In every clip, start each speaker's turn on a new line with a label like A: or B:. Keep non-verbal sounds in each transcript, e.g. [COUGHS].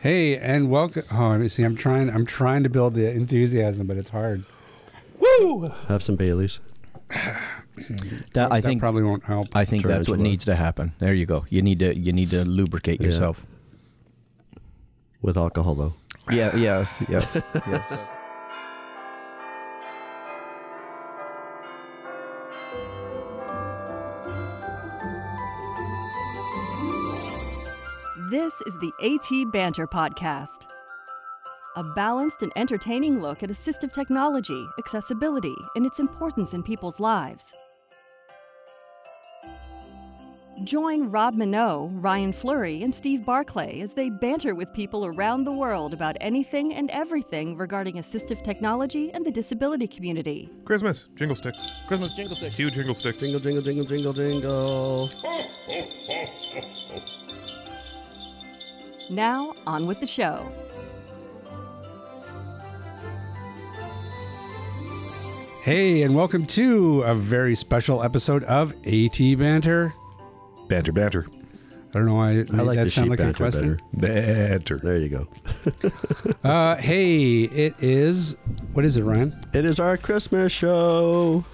A: Hey, and welcome. Oh, let me see. I'm trying. I'm trying to build the enthusiasm, but it's hard.
B: Woo!
C: Have some Baileys.
D: That, I
A: that
D: think
A: probably won't help.
D: I think that's what
C: Tarantula.
D: needs to happen. There you go. You need to you need to lubricate
C: Yeah.
D: yourself.
C: With alcohol, though.
D: Yeah. Yes. Yes. yes.
E: This is the AT Banter Podcast, a balanced and entertaining look at assistive technology, accessibility, and its importance in people's lives. Join Rob Minot, Ryan Flurry, and Steve Barclay as they banter with people around the world about anything and everything regarding assistive technology and the disability community.
B: Christmas jingle stick. Christmas jingle stick. Huge jingle stick.
C: Jingle, jingle, jingle, jingle, jingle.
E: Now, on with the show.
A: Hey, and welcome to a very special episode of AT Banter.
B: Banter, banter,
A: I don't know why I, made
C: I like
A: that
C: the
A: sound
C: sheep
A: like a
C: banter
A: question.
C: better.
B: banter.
C: There you go.
A: Uh, hey, it is. What is it, Ryan?
C: It is our Christmas show.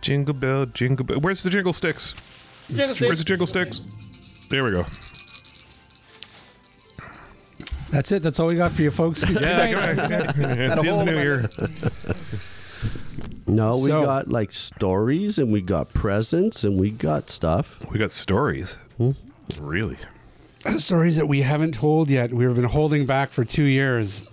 B: Jingle bell, jingle bell. Where's the jingle sticks? Where's the jingle sticks? There we go.
A: That's it. That's all we got for you
C: [LAUGHS]
A: folks.
B: Yeah, go ahead. it's the end of the new year.
C: No, we
A: So-
C: got like stories and we got presents and we got stuff.
B: We got stories. Really?
A: [COUGHS] stories that we haven't told yet. We've been holding back for two
C: [LAUGHS]
A: years,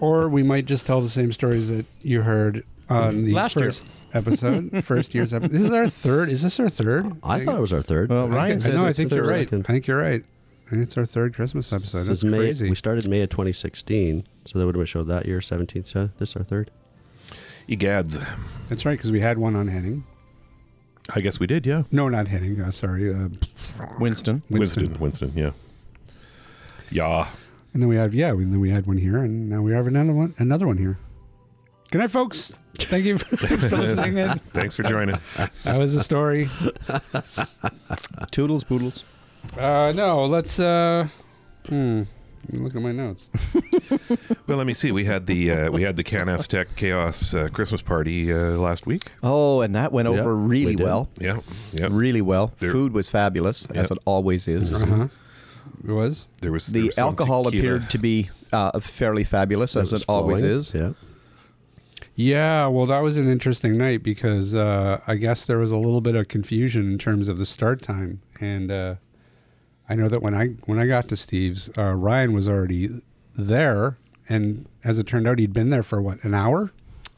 A: or we might just tell the same stories that you heard on the
D: Last year.
A: first episode, first year's episode. This is our third. Is this our third?
C: I thought it was our third.
D: Well,
A: I, think-
D: Ryan
A: I
D: says
A: know. I
D: it's
A: think
D: the
A: you're right.
C: second.
A: I think you're right. And it's our third Christmas episode.
C: Since
A: That's
C: May,
A: crazy.
C: We started May of 2016, so that would have been a show that year, 17th show. This is our third.
B: Egads.
A: That's right because we had one on Henning.
B: I guess we did, yeah.
A: No, not Henning. Uh, sorry, uh,
D: Winston.
A: Winston.
B: Winston, Winston, yeah. Yeah.
A: And then we had yeah. And then we had one here, and now we have another one. Another one here. Good night, folks. Thank you [LAUGHS] for for listening.
C: [LAUGHS]
A: In.
B: [LAUGHS] Thanks for joining.
A: That was the story.
D: Toodles poodles.
A: Uh, no, let's. Uh, hmm. Let me Look at my [LAUGHS] notes.
B: Well, let me see. We had the uh, we had the Can Aztec Chaos uh, Christmas party uh, last week.
D: Oh, and that went
C: Yeah,
D: over
C: we
D: really
C: did.
D: well.
B: Yeah, yeah.
D: Really well.
B: There-
D: Food was fabulous, as
B: Yeah.
D: it always is.
A: Uh huh. It was.
B: There was there
D: The
B: was some
D: alcohol
B: tequila.
D: appeared to be uh, fairly fabulous, as
C: was
D: it always
C: flowing.
D: is.
C: Yeah.
A: Yeah. Well, that was an interesting night because uh, I guess there was a little bit of confusion in terms of the start time, and uh, I know that when I when I got to Steve's, uh, Ryan was already there, and as it turned out, he'd been there for what an hour.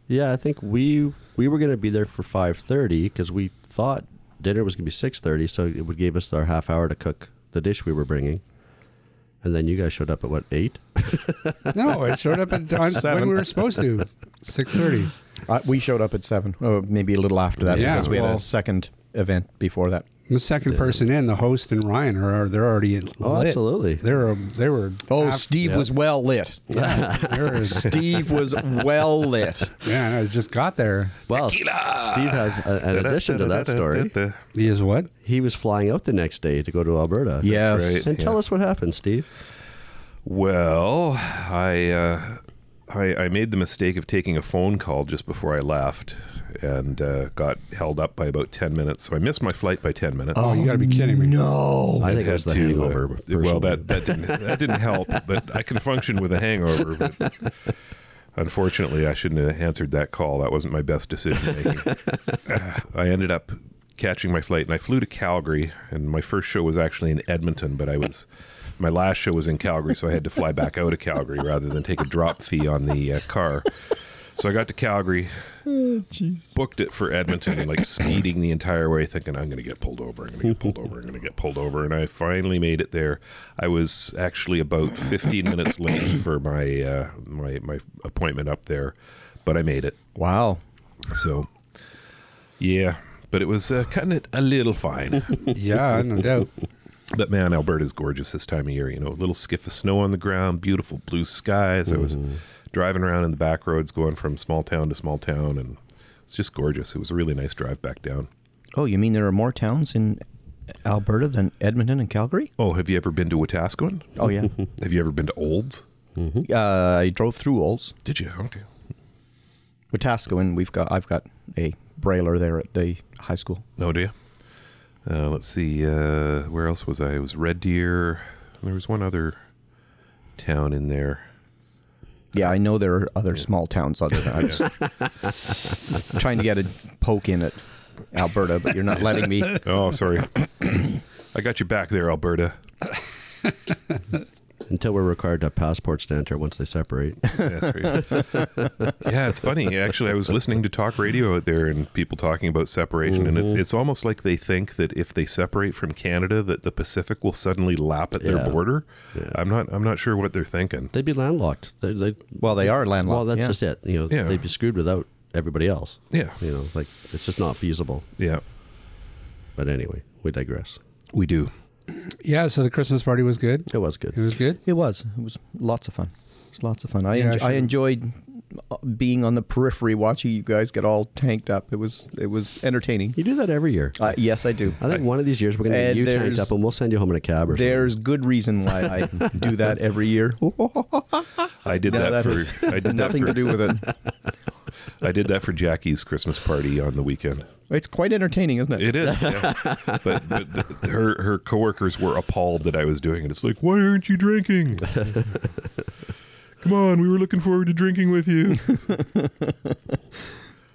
C: Yeah, I think we we were going to be there for 5:30 because we thought dinner was going to be 6:30, so it would give us our half hour to cook the dish we were bringing. And then you guys showed up at what eight?
A: No, it showed up [LAUGHS] at on, when
D: Seven.
A: we were supposed to, six thirty.
D: Uh, we showed up at seven, or maybe a little after that,
A: Yeah,
D: because we had
A: well-
D: a second event before that.
A: The second person in, the host and Ryan are are- they're already lit.
C: Oh, absolutely.
A: They're they were
D: Oh,
A: half-
D: Steve was well lit.
A: Yeah, there [LAUGHS] is.
D: Steve was well lit.
A: yeah, no, it just got there.
C: Well, S- Steve has a, an addition to that story.
A: He is what?
C: He was flying out the next day to go to Alberta.
D: Yes.
B: right.
C: And tell
B: Yeah.
C: us what happened, Steve.
B: Well, I, uh, I I made the mistake of taking a phone call just before I left, and uh, got held up by about ten minutes. So I missed my flight by ten minutes.
A: Oh, you got to be kidding me!
D: No.
C: I
B: I
C: think it was the hangover.
B: uh, well,
C: personally.
B: that that didn't that didn't help, but I can function with a hangover. But unfortunately, I shouldn't have answered that call. That wasn't my best decision
C: [LAUGHS]
B: making. I ended up catching my flight, and I flew to Calgary. And my first show was actually in Edmonton, but I was my last show was in Calgary, so I had to fly back out of Calgary rather than take a drop fee on the uh, car. So I got to Calgary, booked it for Edmonton, like speeding the entire way, thinking I'm going to get pulled over. I'm going to get pulled over. I'm going to get pulled over. And I finally made it there. I was actually about 15 minutes late for my uh, my my appointment up there, but I made it.
D: Wow.
B: So, yeah. But it was uh, cutting it a little fine.
A: Yeah, no doubt.
B: but man, Alberta's gorgeous this time of year. You know, a little skiff of snow on the ground, beautiful blue skies. I was driving around in the back roads, going from small town to small town, and it's just gorgeous. It was a really nice drive back down.
D: Oh, you mean there are more towns in Alberta than Edmonton and Calgary?
B: Oh, have you ever been to Wetaskiwin?
D: Oh, yeah.
B: Have you ever been to Olds?
D: uh, I drove through Olds.
B: Did you? Okay.
D: Wetaskiwin, we've got, I've got a brailer there at the high school.
B: Oh, do you? Uh, let's see. Uh, where else was I? It was Red Deer. There was one other town in there.
D: Yeah, I know there are other small towns other than I'm just [LAUGHS] trying to get a poke in at Alberta, but you're not letting me.
B: Oh, [COUGHS] sorry. I got you back there, Alberta.
C: [LAUGHS] Until we're required to have passports to enter once they separate.
B: Yeah, sorry. yeah, it's funny. Actually, I was listening to talk radio out there and people talking about separation, and it's it's almost like they think that if they separate from Canada, that the Pacific will suddenly lap at their
C: Yeah.
B: border. I'm not. I'm not sure what they're thinking.
C: They'd be landlocked. They, they,
D: Well, they are landlocked.
C: well, that's
D: yeah.
C: just it. You know,
B: Yeah.
C: they'd be screwed without everybody else.
B: Yeah.
C: You know, like it's just not feasible.
B: Yeah,
C: But anyway, we digress.
B: we do.
A: Yeah, so the Christmas party was good.
C: It was good.
A: It was good.
D: It was. It was lots of fun. It was lots of fun. I
A: Yeah, I
D: enj- I
A: should-
D: enjoyed uh, being on the periphery, watching you guys get all tanked up. It was it was entertaining.
C: You do that every year.
D: Uh, yes, I do.
C: I think one of these years we're going to get
D: And
C: you tanked
D: there's-
C: up and we'll send you home in a cab or something.
D: There's good reason why I do [LAUGHS] that every year.
B: I did
D: No, that [LAUGHS]
B: that,
D: has
B: for. [LAUGHS] I did that
D: nothing
B: for.
D: to do with it.
B: [LAUGHS]
D: [LAUGHS]
B: I did that for Jackie's Christmas party on the weekend.
D: It's quite entertaining, isn't it?
B: It is, yeah. [LAUGHS] but, but th her her coworkers were appalled that I was doing it. It's like, why aren't you
D: [LAUGHS]
B: drinking? Come on, we were looking forward to drinking with
D: [LAUGHS]
B: you.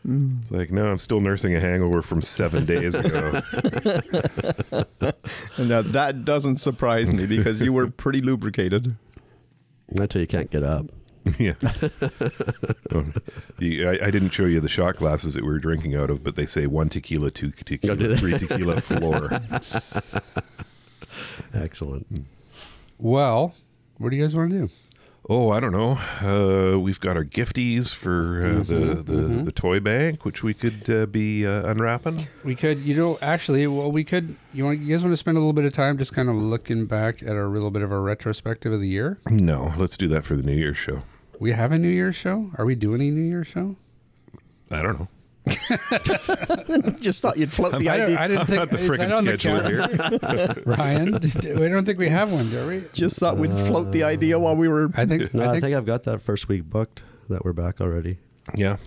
B: it's like, no, I'm still nursing a hangover from seven days ago. [LAUGHS]
D: Now uh, that doesn't surprise me because you were pretty lubricated.
C: Until you can't get up.
B: yeah, [LAUGHS] Um, you- I, I didn't show you the shot glasses that we were drinking out of, but they say one tequila, two tequila,
C: Oh, do they?
B: three
D: [LAUGHS]
B: tequila floor.
C: Excellent.
A: Well, what do you guys want to do?
B: Oh, I don't know. Uh, we've got our gifties for uh, the the, the toy bank, which we could uh, be uh, unwrapping.
A: We could, you know, actually, well, we could. You want you guys want to spend a little bit of time just kind of looking back at a little bit of a retrospective of the year.
B: No, let's do that for the New Year's show.
A: We have a New Year's show. Are we doing a New Year's show?
B: I don't know.
D: [LAUGHS] Just thought you'd float the
A: I, don't,
D: idea.
A: I didn't think
B: Not the
A: is that
B: frickin'
A: on
B: schedule
A: calendar,
B: here.
A: [LAUGHS] Ryan. Did- I don't think we have one, do we?
D: just thought we'd float the idea while we were.
A: I think.
C: No,
A: I, think,
C: I've got that first week booked that we're back already.
B: [LAUGHS] Yeah.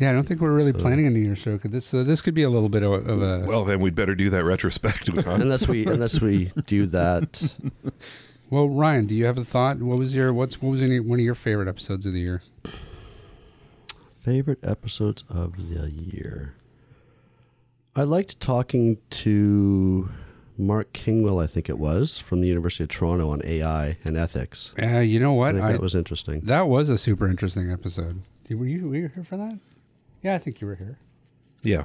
A: Yeah, I don't think we're really planning a New Year's show. Could this, so this could be a little bit of, a- of a.
B: Well, then we'd better do that retrospective. Huh?
C: Unless [LAUGHS] we unless we do that.
A: Well, Ryan, do you have a thought? What was your what's what was any, one of your favorite episodes of the year?
C: Favorite episodes of the year. I liked talking to Mark Kingwell, I think it was, from the University of Toronto on AI and ethics.
A: Uh, you know
C: I
A: what?
C: think
A: I-
C: that was interesting.
A: that was a super interesting episode. Did- Were you were you here for that? Yeah, I think you were here.
B: [LAUGHS] yeah.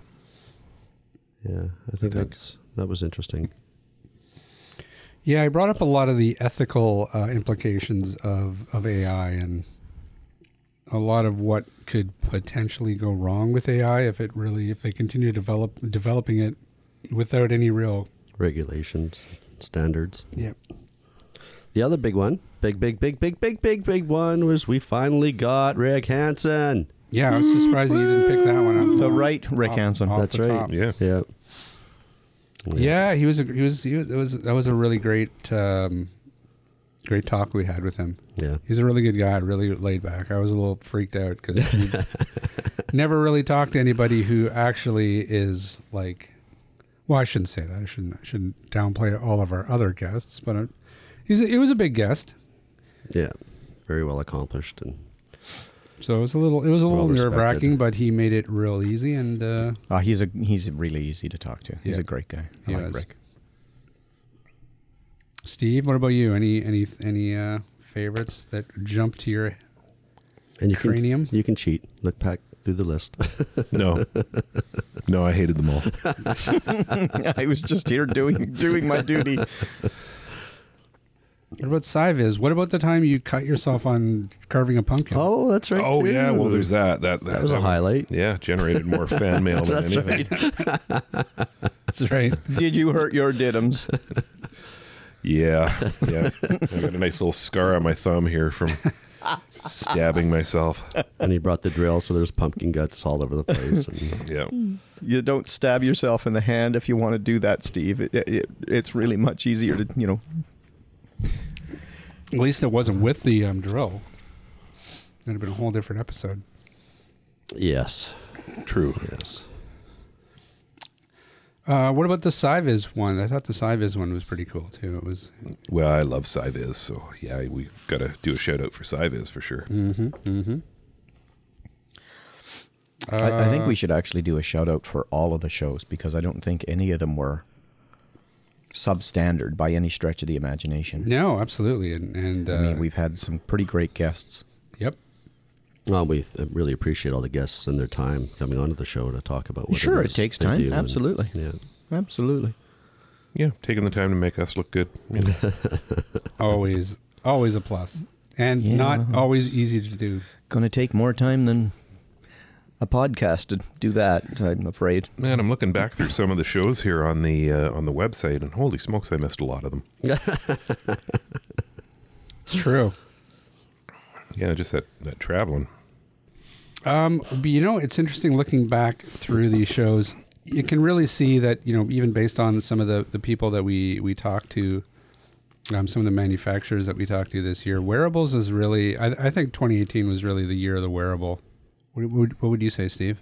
C: Yeah, I think that's that was interesting.
A: Yeah, I brought up a lot of the ethical uh, implications of, of AI and a lot of what could potentially go wrong with AI if it really if they continue develop developing it without any real
C: Regulations, standards.
A: yeah.
C: The other big one, big, big, big, big, big, big, big one was we finally got Rick Hansen.
A: Yeah, I was surprised that you didn't pick that one up.
D: [LAUGHS] The right Rick Hansen.
A: off
C: That's
A: the
C: right.
A: top.
B: Yeah.
C: Yeah.
A: Yeah, he was a, he was he was, it was that was a really great um, great talk we had with him.
C: Yeah.
A: He's a really good guy, really laid back. I was a little freaked out because never really talked to anybody who actually is like. Well, I shouldn't say that. I shouldn't I shouldn't downplay all of our other guests, but uh he's a, it was a big guest,
C: Yeah. Very well accomplished and
A: so it was a little it was a little
C: Well-respected.
A: nerve wracking, but he made it real easy and uh,
D: Uh, he's a he's really easy to talk to. He's
A: Yeah.
D: a great guy. I
A: He
D: like
A: is.
D: Rick. [LAUGHS]
A: Steve, what about you? Any any any uh, favorites that jump to your?
C: and you
A: Cranium?
C: Can, you can cheat. Look back through the list. [LAUGHS]
B: No. No, I hated them all.
D: I was just
A: [LAUGHS]
D: here doing doing my duty.
A: What about Siviz? What about the time you cut yourself on carving a pumpkin?
C: oh, that's right.
B: Oh, yeah. Well,
C: too.
B: there's that. That, that,
C: that was a
B: that
C: highlight.
B: Yeah, generated more fan mail than
C: That's
B: anything.
A: that's right.
D: [LAUGHS] Did you hurt your diddums?
B: Yeah, yeah. I got a nice little scar on my thumb here from stabbing myself.
C: And [LAUGHS] he brought the drill, so there's pumpkin guts all over the place. And
B: Yeah.
D: you don't stab yourself in the hand if you want to do that, Steve. It, it, it's really much easier to, you know.
A: At least it wasn't with the um, drill. That'd have been a whole different episode.
C: Yes.
B: True.
C: Yes.
A: Uh, what about the Sciviz one? I thought the Sciviz one was pretty cool too. It was.
B: Well, I love Sciviz, so yeah, we got to do a shout out for Sciviz for sure.
D: I, I think we should actually do a shout out for all of the shows because I don't think any of them were substandard by any stretch of the imagination.
A: No, absolutely, and and uh,
D: I mean, we've had some pretty great guests.
A: yep.
C: Well, we th- really appreciate all the guests and their time coming onto the show to talk about what
D: Sure,
C: it,
D: it
C: is
D: takes
C: they
D: time.
C: do and-
D: Absolutely.
C: yeah.
D: Absolutely.
B: Yeah, taking the time to make us look good. you know. [LAUGHS]
A: Always, always a plus, and
D: Yeah,
A: not
D: well,
A: always easy to do.
D: Going to take more time than a podcast to do that, I'm afraid.
B: Man, I'm looking back through some of the shows here on the uh, on the website, and holy smokes, I missed a lot of them.
A: It's true.
B: Yeah, just that that traveling.
A: Um, but you know, it's interesting looking back through these shows. You can really see that you know, even based on some of the the people that we we talked to, um, some of the manufacturers that we talked to this year, wearables is really. I, I think 2018 was really the year of the wearable. What, would what would you say, Steve?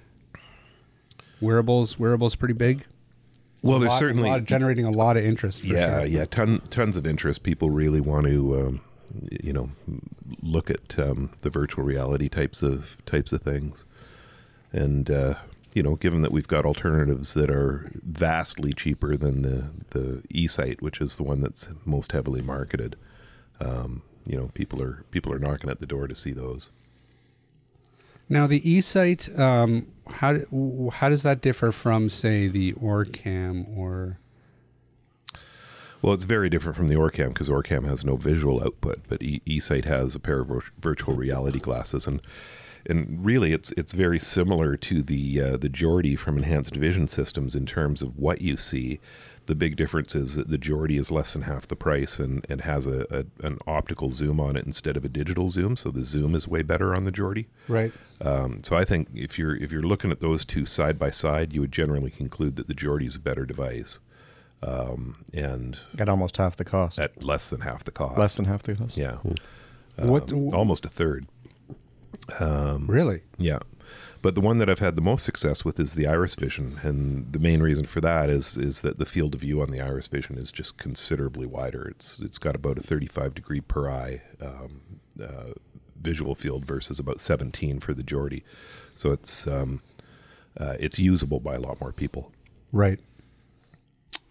A: Wearables, wearables, pretty big.
B: Well,
A: A
B: there's
A: lot- a
B: certainly
A: lot- generating a lot of interest. for
B: yeah
A: sure.
B: yeah ton, tons of interest. People really want to um, you know look at um, the virtual reality types of types of things, and uh, you know, given that we've got alternatives that are vastly cheaper than the the e-site, which is the one that's most heavily marketed, um, you know, people are people are knocking at the door to see those.
A: Now the e-site, um, how d- w- how does that differ from say the Orcam or
B: Well, it's very different from the Orcam because Orcam has no visual output, but e- eSight has a pair of vir- virtual reality glasses, and and really, it's it's very similar to the uh, the Geordie from Enhanced Vision Systems in terms of what you see. The big difference is that the Geordie is less than half the price and, and has a, a an optical zoom on it instead of a digital zoom, so the zoom is way better on the Geordie.
A: right?
B: Um, so I think if you're if you're looking at those two side by side, you would generally conclude that the Geordie is a better device, um, and
D: At almost half the cost.
B: at less than half the cost.
D: Less than Hmm. half the cost.
B: yeah,
A: what
B: Um, almost a third.
A: really?
B: Yeah, but the one that I've had the most success with is the Iris Vision, and the main reason for that is is that the field of view on the Iris Vision is just considerably wider. It's it's got about a thirty five degree per eye um, uh, visual field versus about seventeen for the Geordie, so it's um, uh, it's usable by a lot more people.
A: Right.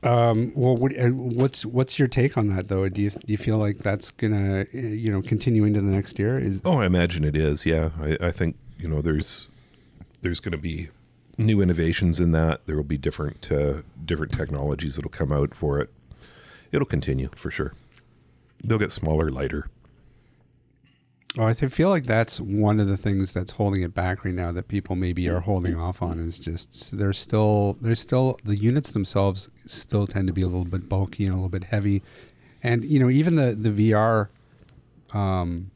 A: Um, well, what, uh, what's what's your take on that though? Do you do you feel like that's gonna uh, you know continue into the next year? Is
B: Oh, I imagine it is. Yeah, I, I think you know there's there's going to be new innovations in that. There will be different uh, different technologies that'll come out for it. It'll continue for sure. They'll get smaller, lighter.
A: oh, I th- feel like that's one of the things that's holding it back right now that people maybe are holding off on is just they're still they're still the units themselves still tend to be a little bit bulky and a little bit heavy, and you know even the the VR um,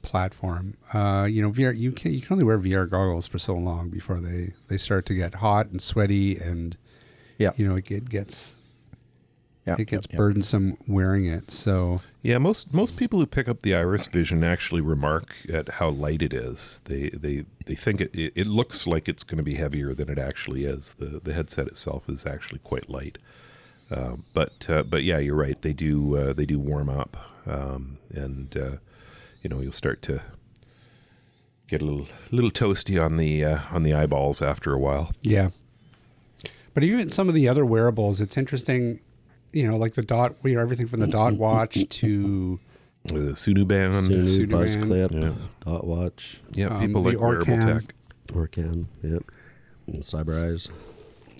A: platform. Uh, you know, VR you can you can only wear VR goggles for so long before they they start to get hot and sweaty and
D: Yeah.
A: you know it, it gets
D: yeah.
A: it gets
D: yeah, yeah.
A: burdensome wearing it. So
B: Yeah, most most people who pick up the Iris Vision actually remark at how light it is. They they they think it it, it looks like it's going to be heavier than it actually is. The the headset itself is actually quite light. Um, but uh, but yeah, you're right. They do uh, they do warm up, um, and uh, you know you'll start to get a little little toasty on the uh, on the eyeballs after a while.
A: yeah, but even some of the other wearables, it's interesting. You know, like the dot, you know, everything from the dot
B: [LAUGHS]
A: watch to
B: The Sunu band,
C: Sulu,
A: Sudoran,
C: Buzz Clip,
B: yeah.
C: Dot Watch,
B: yeah,
A: um,
B: people
A: the
B: like wearable
A: Orcam.
B: tech.
C: Orcam, yep. And Cyber Eyes.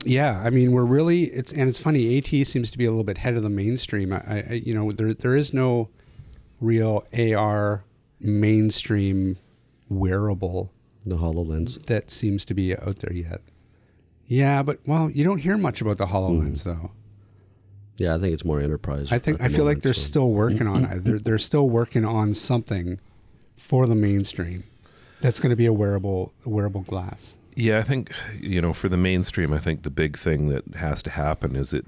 A: Yeah, I mean, we're really it's and it's funny. AT seems to be a little bit ahead of the mainstream. I, I you know, there there is no real AR mainstream wearable
C: The HoloLens.
A: that seems to be out there yet. Yeah, but well, you don't hear much about the
B: Hmm.
A: Hololens though.
C: Yeah, I think it's more enterprise.
A: I think
C: at
A: I
C: the
A: feel like
C: moment,
A: they're
C: so-
A: still working on it. They're, they're still working on something for the mainstream that's going to be a wearable wearable glass.
B: Yeah, I think you know for the mainstream, I think the big thing that has to happen is it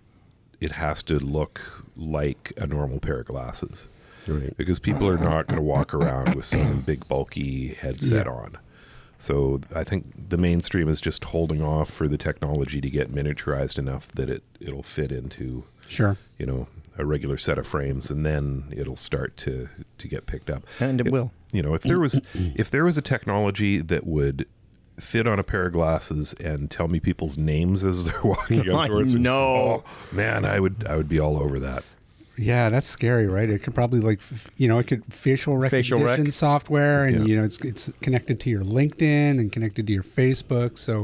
B: it has to look like a normal pair of glasses
C: Right.
B: because people are not going to walk around with some big bulky headset on. So I think the mainstream is just holding off for the technology to get miniaturized enough that it it'll fit into
A: Sure.
B: you know a regular set of frames and then it'll start to to get picked up
D: And it will.
B: you know if there
D: [CLEARS THROAT]
B: was if there was a technology that would fit on a pair of glasses and tell me people's names as they're [LAUGHS] walking
D: I
B: outdoors
D: know.
B: oh, man i would i would be all over that
A: Yeah, that's scary, right? It could probably like, f- you know, it could facial
D: Facial
A: recognition
D: rec.
A: software, and
B: Yeah.
A: you know, it's it's connected to your LinkedIn and connected to your Facebook, so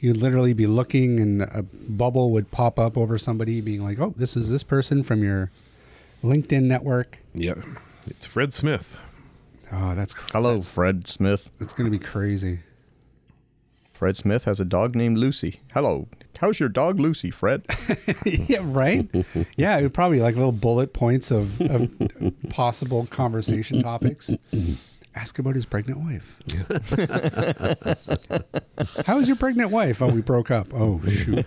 A: you'd literally be looking, and a bubble would pop up over somebody being like, "Oh, this is this person from your LinkedIn network."
B: yeah it's fred smith
A: Oh, that's cr-
D: Hello, Fred Smith.
A: that's gonna be crazy.
D: Fred Smith has a dog named Lucy. Hello. How's your dog Lucy, [LAUGHS] Fred?
A: [LAUGHS] yeah, right. Yeah, it would probably like little bullet points of, of [LAUGHS] possible conversation topics. Ask about his pregnant wife. How is your pregnant wife? Oh, we broke up. Oh shoot.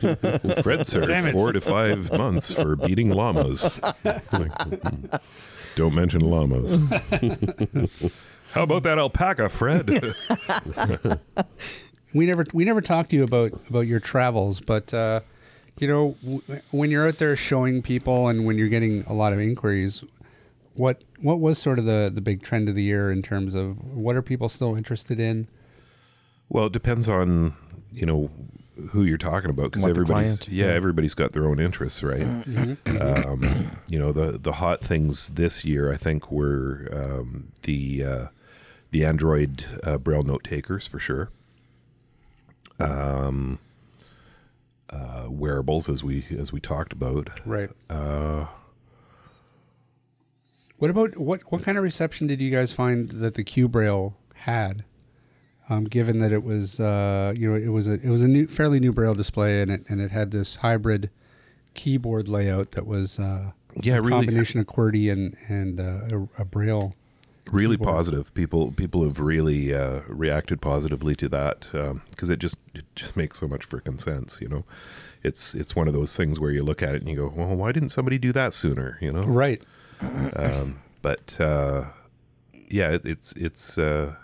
B: fred served four to five months for beating llamas Like, hmm. don't mention llamas how about that alpaca fred
D: [LAUGHS]
A: We never we never talked to you about about your travels, but uh, you know w- when you're out there showing people and when you're getting a lot of inquiries, what what was sort of the the big trend of the year in terms of what are people still interested in?
B: Well, it depends on you know who you're talking about because
D: What the
B: everybody's
D: client,
B: yeah, everybody's got their own interests, right? Um, you know the the hot things this year, I think, were um, the uh, the Android uh, Braille note takers for sure. Um, uh, wearables, as we as we talked about,
A: Right. Uh, what about what what kind of reception did you guys find that the Q Braille had? Um, given that it was uh, you know it was a it was a new fairly new Braille display and it and it had this hybrid keyboard layout that was uh,
B: Yeah,
A: a
B: really-
A: combination of QWERTY and and uh, a, a Braille.
B: really positive. People people have really uh, reacted positively to that because it just it just makes so much freaking sense. You know, it's it's one of those things where you look at it and you go, well, why didn't somebody do that sooner? You know,
A: Right.
B: but uh, yeah, it, it's it's. Uh,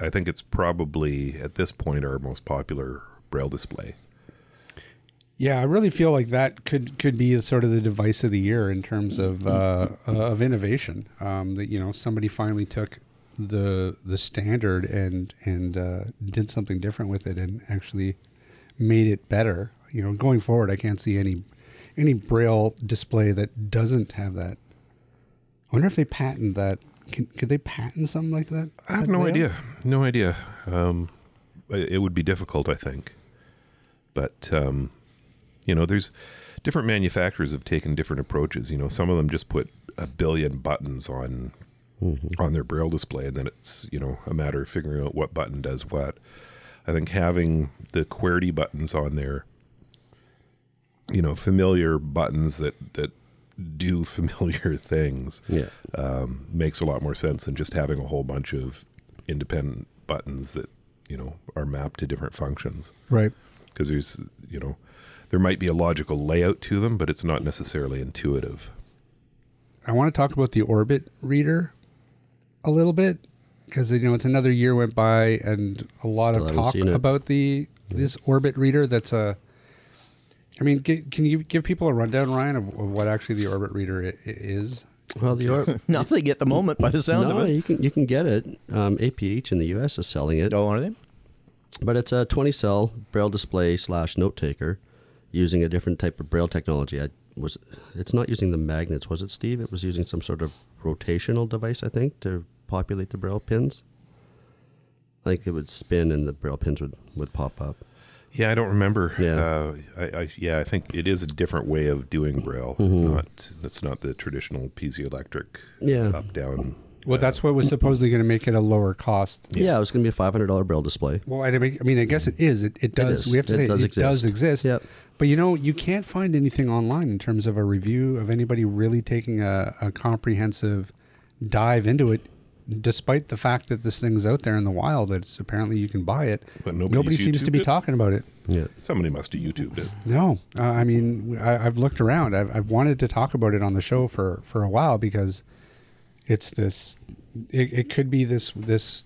B: I think it's probably at this point our most popular braille display.
A: Yeah, I really feel like that could could be sort of the device of the year in terms of uh, of innovation. Um, that you know somebody finally took the the standard and and uh, did something different with it and actually made it better. You know, going forward, I can't see any any braille display that doesn't have that. I wonder if they patent that. Can, could they patent something like that?
B: I have
A: that
B: no
A: layout?
B: idea. No idea. Um, it it would be difficult, I think. But um, you know, there's different manufacturers have taken different approaches. You know, some of them just put a billion buttons on on their braille display, and then it's you know a matter of figuring out what button does what. I think having the QWERTY buttons on there, you know, familiar buttons that that do [LAUGHS] familiar things
C: Yeah.
B: um, makes a lot more sense than just having a whole bunch of independent buttons that you know are mapped to different functions
A: Right.
B: because there's you know there might be a logical layout to them but it's not necessarily intuitive
A: I want to talk about the Orbit reader a little bit because you know it's another year went by and a lot
C: Still
A: of
C: haven't
A: talk
C: seen it.
A: about the this Orbit reader. That's a, I mean, g- can you give people a rundown, Ryan, of, of what actually the Orbit reader i- i- is?
C: Well, the or-
D: Nothing at the moment by the sound
C: no,
D: of it.
C: you can you can get it. Um, APH in the U.S. is selling it.
D: Oh, are they?
C: But it's a 20 cell braille display slash note taker using a different type of braille technology. I was it's not using the magnets, was it Steve? It was using some sort of rotational device, I think, to populate the braille pins. Like it would spin and the braille pins would, would pop up.
B: yeah i don't remember
C: Yeah.
B: uh, I, I yeah i think it is a different way of doing braille it's not it's not the traditional piezoelectric
C: Mm-hmm. Yeah.
B: up down
A: Well, that's what was supposedly going to make it a lower cost.
C: Yeah, it was gonna be a five hundred dollar braille display.
A: Well, I mean, I mean, I guess it is. It, it does.
C: is.
A: We have to
C: It
A: say
C: does
A: it does exist.
C: exist. Yep.
A: But you know, you can't find anything online in terms of a review of anybody really taking a, a comprehensive dive into it despite the fact that this thing's out there in the wild, it's apparently you can buy it.
B: But nobody's
A: nobody seems to
B: YouTubed
A: be
B: it?
A: talking about it.
C: Yeah.
B: Somebody must have YouTubed it.
A: No, uh, I mean I, I've looked around. I've, I've wanted to talk about it on the show for for a while because it's this. It, it could be this this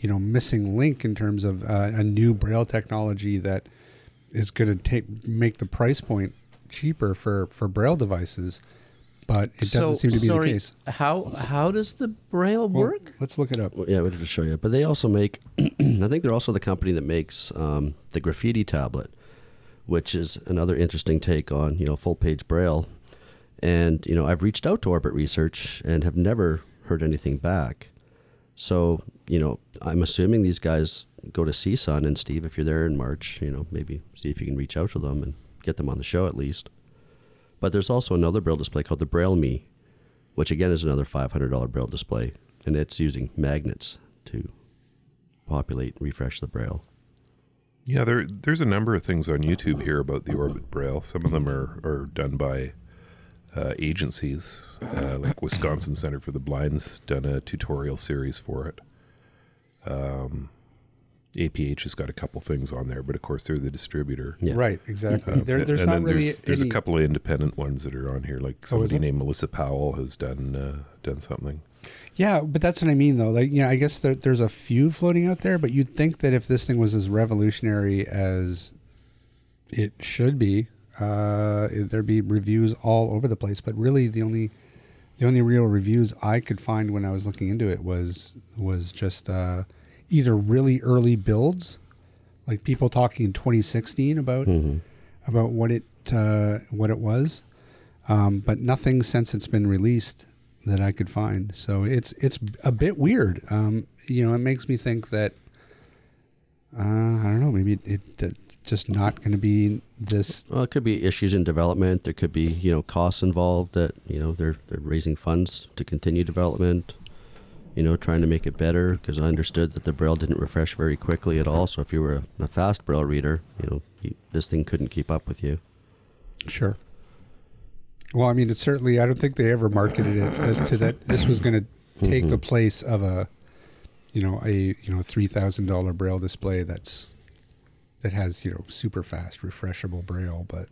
A: you know missing link in terms of uh, a new braille technology that is going to take make the price point cheaper for for braille devices, but it doesn't seem to be
F: sorry,
A: the case.
F: How how does the braille
A: Well,
F: work?
A: Let's look it up.
C: Well, yeah, we didn't show you. But they also make, [CLEARS THROAT] I think they're also the company that makes um, the graffiti tablet, which is another interesting take on you know full page braille. And you know I've reached out to Orbit Research and have never heard anything back. So you know I'm assuming these guys go to CSUN and Steve, if you're there in March, you know maybe see if you can reach out to them and get them on the show at least. But there's also another braille display called the Braille Me, which again is another $500 braille display, and it's using magnets to populate and refresh the braille.
B: Yeah, there there's a number of things on YouTube here about the Orbit Braille. Some of them are, are done by uh, agencies, uh, like Wisconsin Center for the Blind's done a tutorial series for it. Um, APH has got a couple things on there, but of course they're the distributor.
C: Yeah.
A: Right, exactly.
B: [LAUGHS]
A: there,
B: And-
A: there's
B: and
A: not
B: then
A: really
B: there's, there's
A: any, Oh,
B: a couple of independent ones that are on here, like somebody
A: there?
B: named Melissa Powell has done uh, done something.
A: Yeah, but that's what I mean, though. Like, yeah, I guess there, there's a few floating out there, but you'd think that if this thing was as revolutionary as it should be, uh, it- there'd be reviews all over the place. But really, the only the only real reviews I could find when I was looking into it was was just uh, either really early builds, like people talking in 2016 about about what it uh, what it was, um, but nothing since it's been released that I could find. So it's it's a bit weird. Um, you know, it makes me think that uh, I don't know. Maybe it, it, it's just not going to be this.
C: Well, it could be issues in development. There could be you know costs involved that you know they're they're raising funds to continue development. You know, trying to make it better because I understood that the braille didn't refresh very quickly at all. So if you were a, a fast braille reader, you know you, this thing couldn't keep up with you.
A: Sure. Well, I mean, it's certainly. I don't think they ever marketed it uh, to that this was going to take the place of a, you know, a you know three thousand dollar braille display that's that has you know super fast refreshable braille, but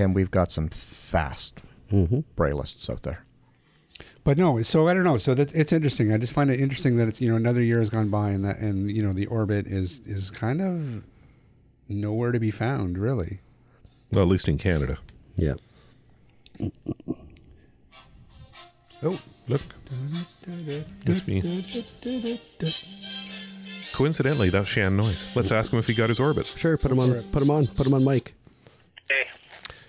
D: And we've got some fast Mm-hmm. Braillists out there.
A: But no, so I don't know. So that's it's interesting. I just find it interesting that it's you know another year has gone by and that and you know the orbit is is kind of nowhere to be found really.
B: Well, at least in Canada.
C: Yeah.
B: Oh, look. It's me. Coincidentally, that's Shan Noise. Let's ask him if he got his orbit.
C: Sure. Put them on. Put them on. Put them on mic.
G: Hey,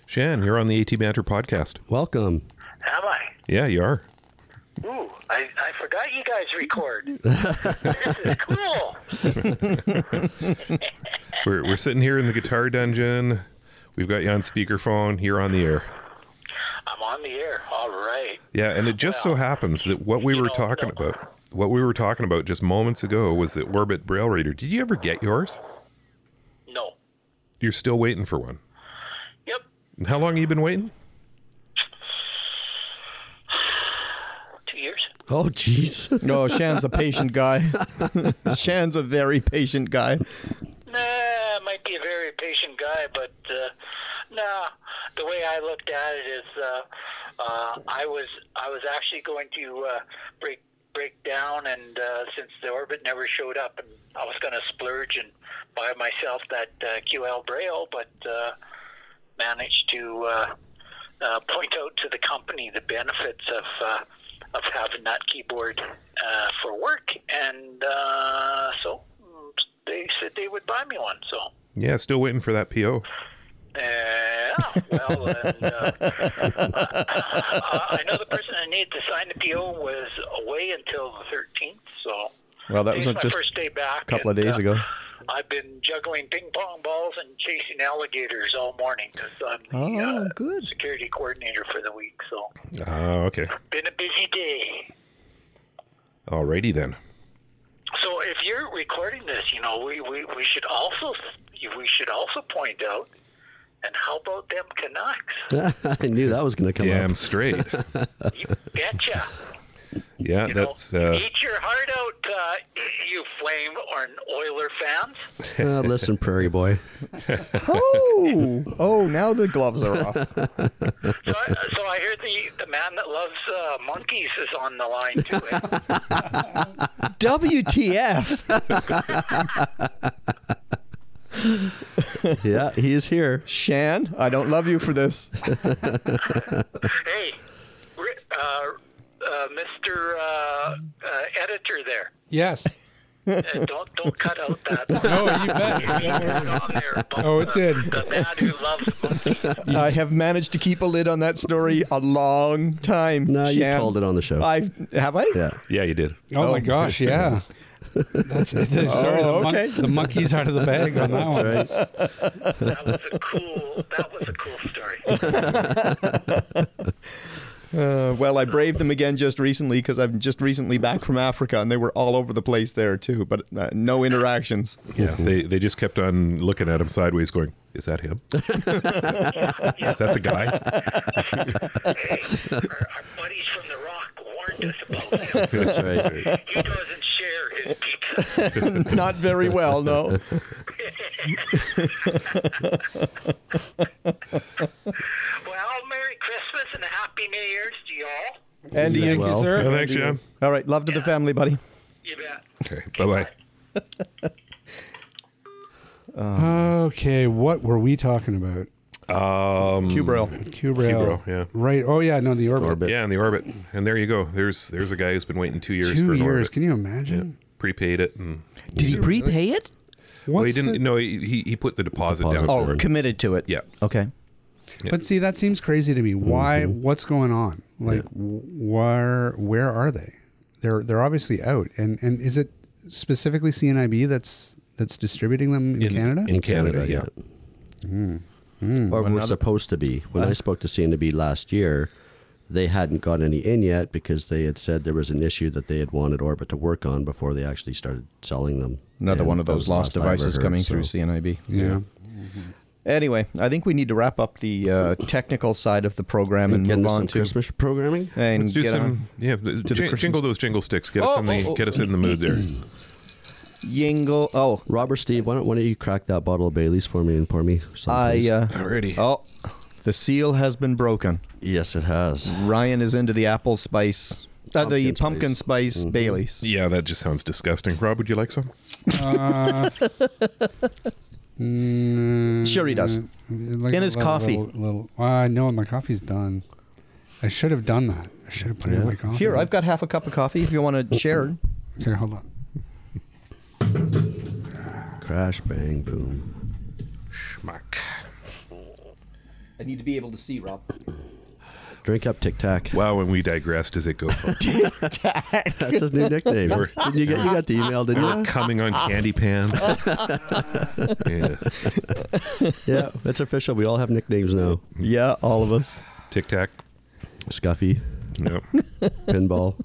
B: Shan, you're on the AT Banter podcast.
C: Welcome.
G: am I?
B: Yeah, you are.
G: Ooh, I, I forgot you guys record. this is cool.
B: We're, we're sitting here in the guitar dungeon. We've got you on speakerphone. You're on the air.
G: I'm on the air. All right.
B: Yeah, and it just so happens that what we were
G: know,
B: talking
G: no.
B: about, what we were talking about just moments ago, was the Orbit Braille Reader. Did you ever get yours?
G: No.
B: You're still waiting for one.
G: Yep.
B: And How long have you been waiting?
G: Two years.
C: Oh, [LAUGHS] jeez.
D: No, Shan's a patient guy. [LAUGHS] Shan's a very patient guy.
G: Nah, I might be a very patient guy, but uh, nah. The way I looked at it is, uh, uh, I was I was actually going to uh, break break down, and uh, since the orbit never showed up, and I was going to splurge and buy myself that uh, QL Braille, but uh, managed to uh, uh, point out to the company the benefits of uh, of having that keyboard uh, for work, and uh, so mm, they said they would buy me one. So.
B: Yeah, still waiting for that PO.
G: Yeah, eh, oh, well, and, uh, [LAUGHS] I know the person I needed to sign the PO was away until the 13th, so
D: Well, that was
G: today's my
D: just [LAUGHS]
G: first day back.
D: a couple of
G: and,
D: days
G: uh,
D: ago.
G: I've been juggling ping pong balls and chasing alligators all morning because I'm the
D: Oh,
G: uh,
D: good.
G: security coordinator for the week. So,
B: Oh, okay.
G: been a busy day.
B: Alrighty then.
G: So if you're recording this, you know, we, we, we should also we should also point out, and how about them Canucks?
C: I knew that was going to come [LAUGHS]
B: Damn
C: up.
B: straight.
G: You betcha.
B: Yeah,
G: You
B: that's
G: know,
B: uh,
G: eat your heart uh, [CLEARS THROAT] you Flame or an Oiler fans?
C: Uh, listen, Prairie Boy.
D: Oh, oh! Now the gloves are
C: [LAUGHS]
D: off.
G: So I, [LAUGHS] so I hear the, the man that loves uh, monkeys is on the line too. eh?
D: [LAUGHS] WTF?
C: Yeah, he is here.
D: Shan, I don't love you
C: [LAUGHS]
D: for this.
G: hey, Ri- uh, uh, Mr. Uh, uh, editor there,
A: Yes.
G: uh, don't don't cut out
A: [LAUGHS]
G: that.
A: Oh, you bet.
G: [LAUGHS]
A: Don't worry. Oh, it's in.
G: The man who loves monkeys.
D: I have managed to keep a lid on that story a long time.
C: No, you
D: Shan.
C: told it on the show.
D: I have I.
C: yeah.
B: Yeah, you did.
A: Oh, my gosh, [LAUGHS] yeah. That's it. [LAUGHS] Sorry, the, mon-
D: okay.
A: the monkey's out of the bag on that one.
C: Right.
G: That was a cool. That was a cool story.
D: Uh, well, I braved them again just recently because I'm just recently back from Africa and they were all over the place there too, but uh, no interactions.
B: Yeah, they they just kept on looking at him sideways, going, "Is
D: [LAUGHS]
B: that him? Is that the guy?"
G: Hey, our, our buddies from The Rock warned us about him.
B: That's right.
G: He doesn't share his pizza.
D: [LAUGHS] Not very well, [LAUGHS] no.
G: Well, Merry Christmas and Happy New Year's to y'all.
D: And
C: You as
D: you,
C: well.
D: sir.
B: [LAUGHS] Well, thanks, Shan.
D: All right, love to the family, buddy.
G: You bet.
B: Okay, bye bye.
A: Um, Okay, what were we talking about?
D: Cubrel.
A: Cubrail.
B: Cubrail, yeah.
A: Right. Oh, yeah. No, the orbit.
B: Yeah, in the orbit, and there you go. There's there's a guy who's been waiting two years for
A: Two
B: an
A: years.
B: orbit.
A: Can you imagine?
B: Prepaid it, and
D: Did he prepay it?
B: well, he
A: What's
B: didn't.
A: the-
B: no, he he- he put the deposit,
C: Deposit.
B: down.
D: Oh, committed to it.
B: Yeah.
D: Okay.
A: But see, that seems crazy to me. Why? What's going on? Like, wh- where where are they? They're they're obviously out. And and is it specifically CNIB that's that's distributing them in, Canada?
B: In Canada, yeah.
D: Hmm.
C: or were supposed to be. When I spoke to CNB last year, they hadn't got any in yet because they had said there was an issue that they had wanted Orbit to work on before they actually started selling them.
D: Another
C: And
D: one of
C: that
D: those
C: was
D: lost
C: last I ever
D: devices
C: heard,
D: coming
C: so-
D: through CNIB.
A: yeah.
D: Anyway, I think we need to wrap up the uh, technical side of the program and
C: Get
D: move
C: into
D: on
C: some
D: to
C: Christmas programming.
D: and
B: Let's do
D: get
B: some.
D: on.
B: Yeah, th-
D: the
B: jing-
D: Christmas-
B: jingle those jingle sticks. Get us
D: Oh,
B: in the
D: oh, oh.
B: get us in the
D: [CLEARS THROAT]
B: mood there.
D: Yingle. Oh,
C: Robert, Steve, why don't one of you crack that bottle of Bailey's for me and pour me some?
D: I.
C: please?
D: Uh,
B: Alrighty.
D: Oh, the seal has been broken.
C: yes, it has.
D: Ryan is into the apple spice, Mm-hmm. uh, the
C: Pumpkin spice.
D: pumpkin spice Bailey's.
B: Yeah, that just sounds disgusting. Rob, would you like some?
D: Sure, he does.
A: Uh, Mm-hmm. Like
D: In
A: a
D: his coffee.
A: Little, little, uh, no, my coffee's done. I should have done that. I should have put it in my coffee.
D: Here, I've got half a cup of coffee if you want to share.
A: Okay, hold on. [LAUGHS]
C: Crash, bang, boom.
B: Schmuck.
D: I need to be able to see, Rob.
C: Drink up, Tic Tac.
B: Wow, when we digress, does it go? far?
C: That's his new
D: [LAUGHS]
C: nickname.
B: We're-
C: Didn't you, get, you got the email, didn't [LAUGHS]
B: We're
C: you?
B: coming on candy pans. yeah.
C: yeah, it's official. We all have nicknames now.
D: Yeah, all of us.
B: Tic Tac.
C: Scuffy,
B: No.
C: pinball,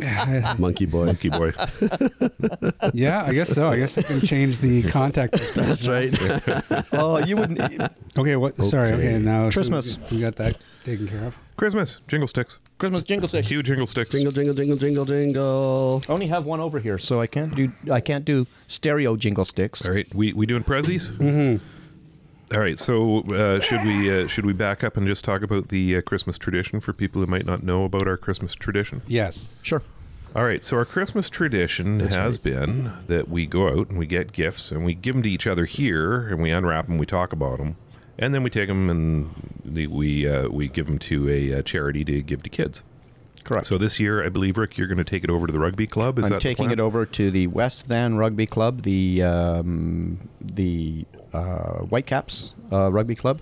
A: Yeah,
C: monkey boy.
B: Monkey boy.
A: I- yeah, I guess so. I guess I can change the contact.
C: That's right.
D: Oh, you wouldn't.
A: Okay, what? Sorry.
C: Okay.
A: Okay, now
D: Christmas.
A: We got that taken care of.
B: Christmas. Jingle sticks.
D: Christmas jingle sticks.
B: Cue jingle sticks.
C: Jingle, jingle, jingle, jingle, jingle.
D: I only have one over here, so I can't do I can't do stereo jingle sticks.
B: All right. We we doing prezzies? Mm-hmm. All right. So uh, should we uh, should we back up and just talk about the uh, Christmas tradition for people who might not know about our Christmas tradition?
A: Yes.
D: Sure.
B: All right, so our Christmas tradition has been that we go out and we get gifts and we give them to each other here, and we unwrap them, we talk about them, and then we take them and the- we uh, we give them to a uh, charity to give to kids.
D: Correct.
B: So this year, I believe Rick, you're going to take it over to the rugby club. Is
D: I'm
B: that the
D: taking
B: plan?
D: it over to the West Van Rugby Club, the um, the uh, Whitecaps uh, Rugby Club,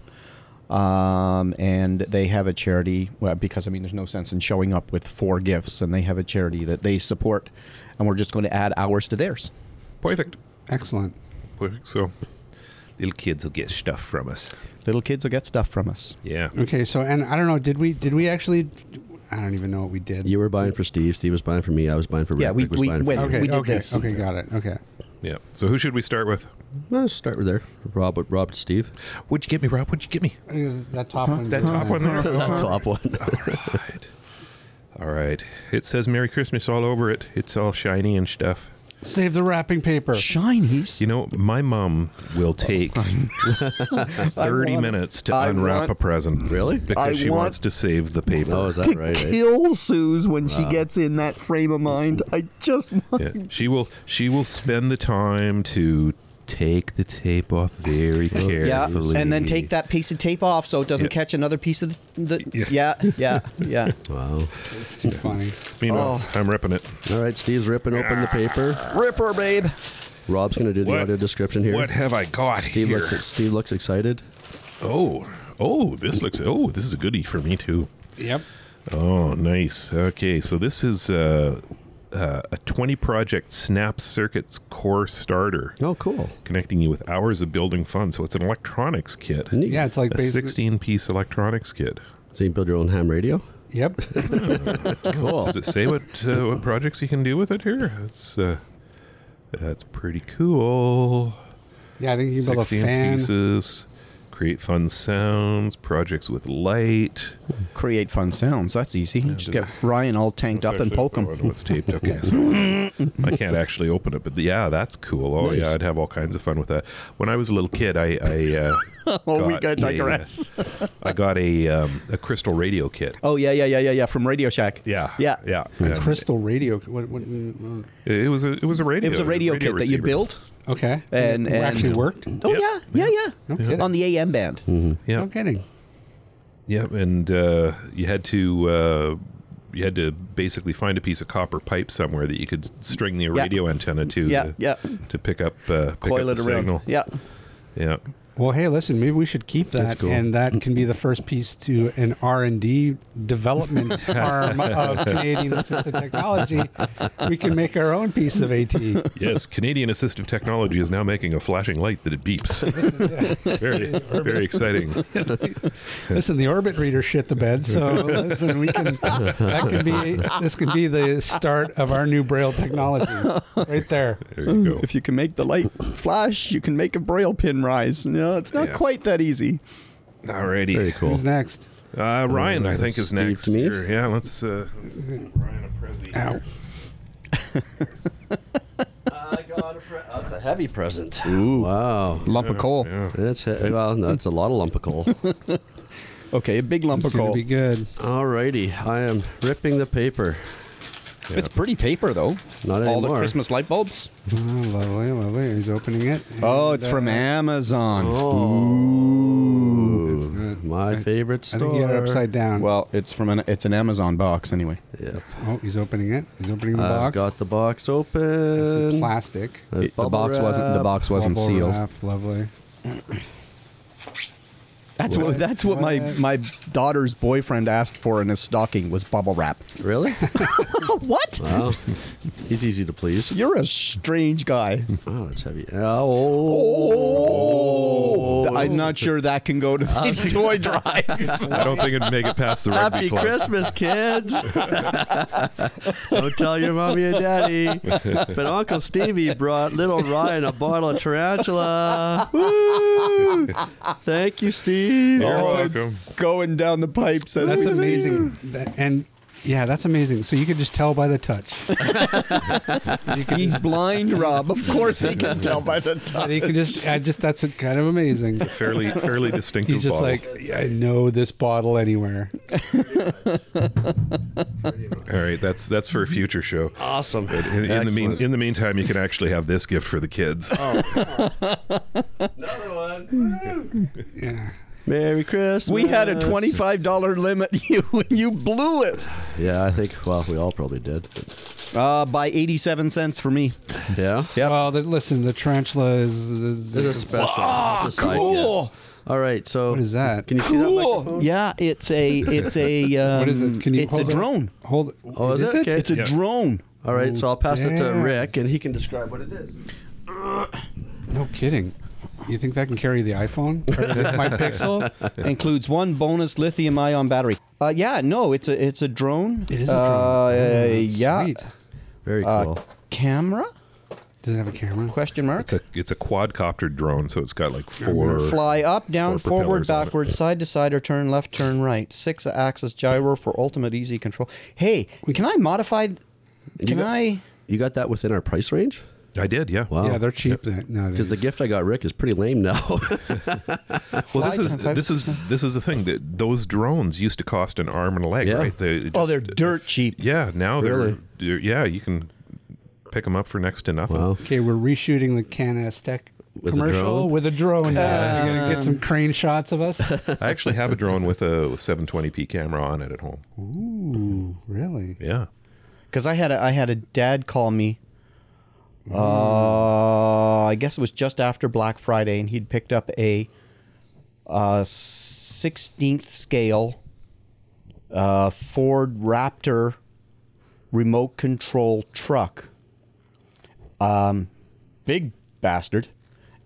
D: um, and they have a charity. Well, because I mean, there's no sense in showing up with four gifts, and they have a charity that they support, and we're just going to add ours to theirs.
B: Perfect.
A: Excellent.
B: Perfect. So little kids will get stuff from us.
D: Little kids will get stuff from us.
B: Yeah.
A: Okay, so and I don't know. Did we? Did we actually? I don't even know what we did.
C: You were buying for Steve. Steve was buying for me. I was buying for Rick.
D: Yeah, we-
C: Rick was
D: we
C: buying
D: went-
C: for
A: okay.
D: we did
A: okay.
D: this.
A: Okay. Got it. Okay.
B: Yeah. So who should we start with?
C: Let's start with there. Rob, Rob, and Steve.
B: What'd you get me, Rob? What'd you get me?
A: Uh, That top one.
C: Uh-huh. [LAUGHS]
B: That top one there.
C: Top one.
B: All right. All right. It says Merry Christmas all over it. It's all shiny and stuff.
A: Save the wrapping paper.
D: Shinies.
B: You know, my mom will take [LAUGHS] 30
D: want-
B: minutes to
D: I
B: unwrap
D: want-
B: a present. Really? Because
F: I
B: she
F: want-
B: wants to save the paper.
C: Oh, is that right? eh?
F: Kill Suze when she gets in that frame of mind. I just
D: [LAUGHS]
F: want.
B: Yeah. She will she will spend the time to take the tape off very carefully.
D: Yeah, and then take that piece of tape off so it doesn't
B: Yeah.
D: catch another piece of the. the
B: Yeah.
D: yeah, yeah, yeah.
C: Wow.
A: It's too funny.
B: Meanwhile, I'm ripping it.
C: All right, Steve's ripping open the paper.
D: Ripper, babe.
C: Rob's going to do the
B: What?
C: audio description here.
B: What have I got
C: Steve
B: here?
C: looks Steve looks excited.
B: oh, oh, this looks. Oh, this is a goodie for me too.
A: Yep.
B: Oh, nice. Okay, so this is uh, uh, a 20 project Snap Circuits core starter,
C: Oh, cool.
B: connecting you with hours of building fun. So it's an electronics kit,
A: Yeah, it's like
B: a
A: basically.
B: 16 piece electronics kit.
C: So you can build your own ham radio.
A: Yep.
C: Cool. [LAUGHS]
B: Does it say what
A: [LAUGHS]
B: uh, what projects you can do with it here? It's uh, that's pretty cool.
A: Yeah, I think you can build a
B: 16
A: fan.
B: pieces. Create fun sounds, projects with light.
D: Create fun sounds. That's easy. just get
B: just-
D: Ryan all tanked up and
B: Actually,
D: poke
B: oh,
D: him.
B: no, it's
D: [LAUGHS]
B: taped. Okay, so I can't actually open it, but yeah, that's cool. Oh
C: Nice.
B: yeah, I'd have all kinds of fun with that. When I was a little kid, I, I uh,
D: [LAUGHS] Oh, we
B: got
D: gotta
B: a, uh,
D: digress.
B: [LAUGHS] I got a um, a crystal radio kit.
D: Oh yeah, yeah, yeah, yeah, yeah. From Radio Shack.
B: Yeah,
D: Yeah.
B: yeah.
A: A
B: and
A: crystal radio. What, what, mm,
B: It it was a it was a radio.
D: It was a radio, kit that you
B: receiver.
D: built.
A: mm. okay.
D: And-
A: it actually
D: and-
A: worked.
D: Oh
B: Yep. Mm-hmm.
D: yeah, yeah, yeah.
A: No kidding.
D: On the AM band.
B: Yeah,
A: No kidding.
B: yeah, and uh, you had to. Uh, you had to basically find a piece of copper pipe somewhere that you could s- string the
D: Yeah.
B: radio antenna to
D: Yeah,
B: to,
D: yeah.
B: to pick up uh, pick
D: Coil
B: up
D: it
B: the
D: around.
B: signal.
D: Yeah.
B: yeah.
A: Well, hey, listen, maybe we should keep that, and that can be the first piece to an R and D development arm of Canadian assisted technology. We can make our own piece of AT.
B: Yes, Canadian assistive technology is now making a flashing light that it beeps. very, very exciting.
A: Listen, the orbit reader shit the bed, so listen, we can. That can be. This can be the start of our new braille technology, right there.
B: There you go.
F: If you can make the light flash, you can make a braille pin rise. No, it's not
B: Yeah.
F: quite that easy.
B: Alrighty.
C: Very cool.
A: Who's next?
B: Uh, Ryan, I think, is
C: Steve
B: next.
C: to me?
B: here. Yeah, let's. Uh, let's give Ryan a prezi.
A: Ow.
C: I got a pre- that's a heavy present. Ooh. Wow.
D: Lump of coal.
B: Yeah.
C: That's he- well, no, that's a lot of lumpicle.
D: Okay, a big lump
A: It's
D: of
A: gonna
D: coal.
A: be good.
C: [LAUGHS] Alrighty, I am ripping the paper.
D: It's pretty paper though.
C: Not
D: All the
C: anymore.
D: Christmas light bulbs.
A: Oh, lovely, lovely. He's opening it.
D: Oh,
A: and,
D: it's
A: uh,
D: from Amazon.
A: It's good.
C: My favorite
A: I
C: store.
A: think he had it upside
B: Oh.
A: down.
D: Well, it's from an it's an Amazon box anyway.
C: Yep.
A: oh, he's opening it. He's opening the
C: I've
A: box.
C: got the box
A: I see
D: Um,
C: open.
A: plastic.
C: There's
D: the
C: bubble
D: box wasn't the
C: wrap.
D: box wasn't
A: Bubble
D: sealed.
A: wrap, lovely.
D: That's what,
A: What?
D: that's what my
A: What?
D: my daughter's boyfriend asked for in his stocking was bubble wrap.
C: [LAUGHS] Really?
D: what?
C: wow. He's easy to please.
D: You're a strange guy.
C: Wow, that's heavy. Oh.
D: I'm not sure that can go to [LAUGHS] the toy drive.
B: I don't think it'd make it past the rugby
C: Happy
B: club.
C: Christmas, kids! [LAUGHS] Don't tell your mommy and daddy, but Uncle Stevie brought little Ryan a bottle of tarantula. Woo! Thank you, Steve.
B: You're
D: Oh, it's
B: welcome.
D: going down the pipes. As
A: That's
D: we speak.
A: amazing. That- And yeah, that's amazing. So you could just tell by the touch. you can
D: He's
A: just,
D: blind, Rob. Of course he can tell by the time.
A: you can just, I just, that's a kind of amazing.
B: Fairly, fairly distinctive.
A: He's just
B: bottle.
A: like, "Yeah, I know this bottle anywhere.
B: All right, that's that's for a future show.
C: Awesome.
B: In, in the mean, in the meantime, you can actually have this gift for the kids.
C: Another one.
A: Yeah.
C: Merry Christmas.
D: [LAUGHS] We had a twenty-five dollar limit. [LAUGHS] You you blew it
C: Yeah, I think. Well, we all probably did.
D: uh, by eighty-seven cents for me.
C: Yeah.
D: Yep.
A: Well, the, listen, the tarantula is, is,
C: This is special. It's a side
D: cool.
C: gift. All right. So
A: What is that?
C: Can you see that microphone?
D: Yeah, it's a it's a
A: [LAUGHS]
D: um,
A: what is it? Can you
D: It's a
A: hold it?
D: drone.
A: Hold it. Oh,
C: Oh, is it? Okay.
D: It's a
B: Yeah.
D: drone.
C: All right. So I'll pass it to
A: Damn.
C: Rick, and he can describe what it is.
A: No kidding. You think that can carry the iPhone? Or my Pixel?
D: includes one bonus lithium ion battery. Uh, yeah, no, it's a it's a drone.
A: It is a drone.
D: Uh,
A: Oh,
D: yeah,
A: sweet.
C: Very
D: Uh,
C: cool.
D: camera.
A: Does it have a camera?
D: Question mark.
B: It's a it's a quadcopter drone, so it's got like four.
D: Fly up, down,
B: four
D: forward,
B: propellers on it.
D: backward, side to side, or turn left, turn right. Six axis gyro for ultimate easy control. Hey, can I modify? Can
C: got-
D: I?
C: You got that within our price range?
B: I did, yeah.
C: Wow.
A: Yeah, they're cheap yep. nowadays.
C: Because the gift I got Rick is pretty lame now. [LAUGHS]
B: Well,
D: Fly
B: this is
D: compact-
B: this is this is the thing that those drones used to cost an arm and a leg,
C: Yeah.
B: right? They it
D: Oh,
B: just-
D: they're dirt cheap.
B: Yeah, now
C: Really?
B: they're, they're yeah. You can pick them up for next to nothing.
C: wow.
A: okay, we're reshooting the Can Aztec
C: With a
A: commercial
C: drone?
A: with a drone. now. You're gonna get some crane shots of
C: [LAUGHS]
A: us.
B: I actually have a drone with a 720p camera on it at home.
A: Ooh, really?
B: Yeah.
D: Because I had a, I had a dad call me. Uh, I guess it was just after Black Friday, and he'd picked up a uh, 16th scale uh, Ford Raptor remote control truck. Um, big bastard.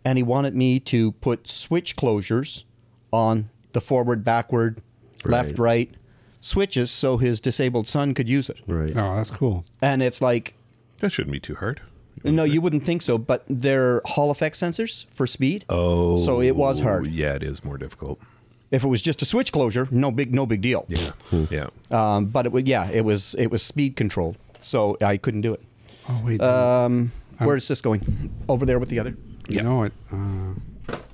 D: And he wanted me to put switch closures on the forward, backward, left, right switches so his disabled son could use it.
C: Right.
A: Oh, that's cool.
D: And it's like,
B: That shouldn't be too hard.
D: no, you wouldn't think so, but they're Hall effect sensors for speed.
B: Oh.
D: So it was hard.
B: Yeah, it is more difficult.
D: If it was just a switch closure, no big, no big deal.
B: Yeah. yeah.
D: Um, but it would, yeah, it was, it was speed controlled, so I couldn't do it.
A: Oh wait,
C: Uh,
D: Um, where is this going? Over there with the other.
A: you
B: yeah.
A: know it. Uh,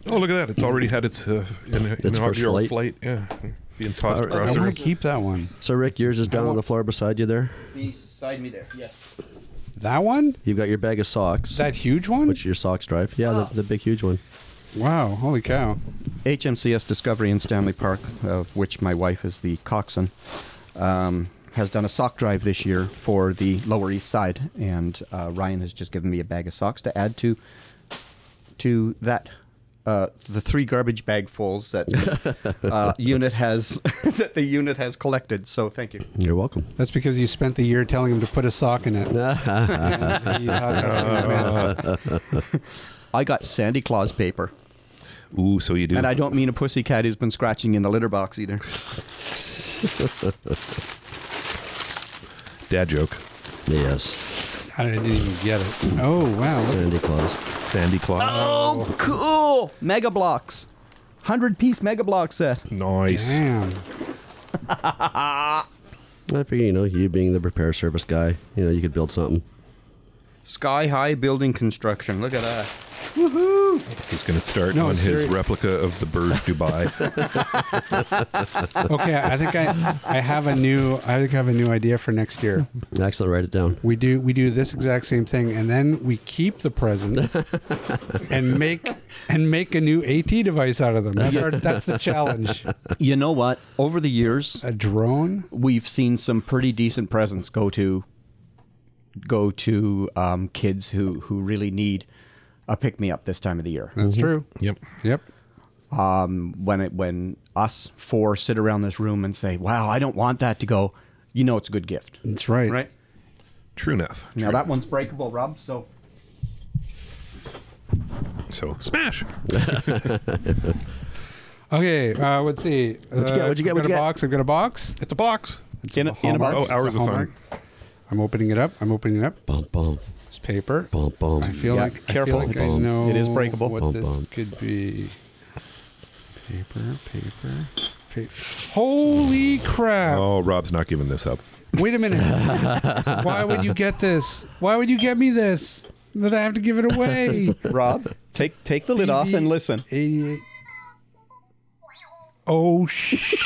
B: Oh, look at that. It's already had its uh, in,
C: Its first
B: inaugural
C: flight.
B: flight. Yeah. Being tossed
C: right.
B: across
A: I
B: the
A: want
B: room.
A: to keep that one.
C: So Rick, yours is down on the floor beside you there.
D: Beside me there. Yes.
A: That one?
C: You've got your bag of socks.
A: Is that Oh. huge one?
C: which your socks drive? Yeah, the, the big huge one.
A: wow! Holy cow!
D: HMCS Discovery in Stanley Park, of which my wife is the coxswain, um, has done a sock drive this year for the Lower East Side, and uh, Ryan has just given me a bag of socks to add to to that uh, the three garbage bagfuls that the, [LAUGHS] uh, unit has that the unit has collected. So thank you.
C: You're welcome.
A: That's because you spent the year telling him to put a sock
C: [LAUGHS]
A: in it. You thought that's what he meant.
D: I got Sandy Claus paper,
B: Ooh, so you do.
D: and I don't mean a pussy cat who's been scratching in the litter box either.
B: Dad joke.
C: Yes,
A: I didn't even get it. Oh wow!
C: Sandy Claus.
B: Sandy Claus.
D: Oh, cool! Mega blocks, hundred piece mega block set.
B: Nice.
A: Damn.
C: I figure you know you being the repair service guy, you know you could build something.
D: Sky high building construction. Look at that.
B: He's going to start
A: No,
B: on
A: seri-
B: his replica of
A: [LAUGHS]
B: the bird Dubai.
A: Okay, I think I, I have a new I think I have a new idea for next year.
C: Excellent. Write it down.
A: We do we do this exact same thing, and then we keep the
D: [LAUGHS]
A: presents and make and make a new AT device out of them. That's our that's the challenge.
D: You know what? Over the years,
A: A drone.
D: we've seen some pretty decent presents go to go to um, kids who who really need a pick me up this time of the year.
A: That's true.
B: Mm-hmm. yep.
A: Yep.
D: When it when us four sit around this room and say, "Wow, I don't want that to go," you know it's a good gift,
A: That's right.
D: right?
B: True enough.
D: Now that one's breakable, Rob. So
B: So smash.
A: Okay. Uh, let's see. What'd
C: you get? What'd you get?
A: I've got
C: What'd you
A: a
C: get?
A: box. I've got a box.
B: It's a box. It's
D: in a, in a
A: Hallmark.
B: oh,
D: box.
B: hours
A: It's a
B: of
A: Hallmark.
B: fun.
A: I'm opening it up. I'm opening it up.
C: Bum bum
A: It's paper.
C: bum bum.
A: I feel
D: Yeah,
A: like
D: careful.
A: I, feel like I
D: It's-
A: know
D: it is breakable.
A: What
C: Bum,
A: this
C: bum.
A: could be. Paper. Paper. Paper. Holy crap!
B: Oh, Rob's not giving this up.
A: Wait a minute.
C: [LAUGHS]
A: Why would you get this? Why would you get me this? That I have to give it
C: [LAUGHS]
A: away.
D: Rob, take take the lid off and listen.
A: 88. Oh, shit.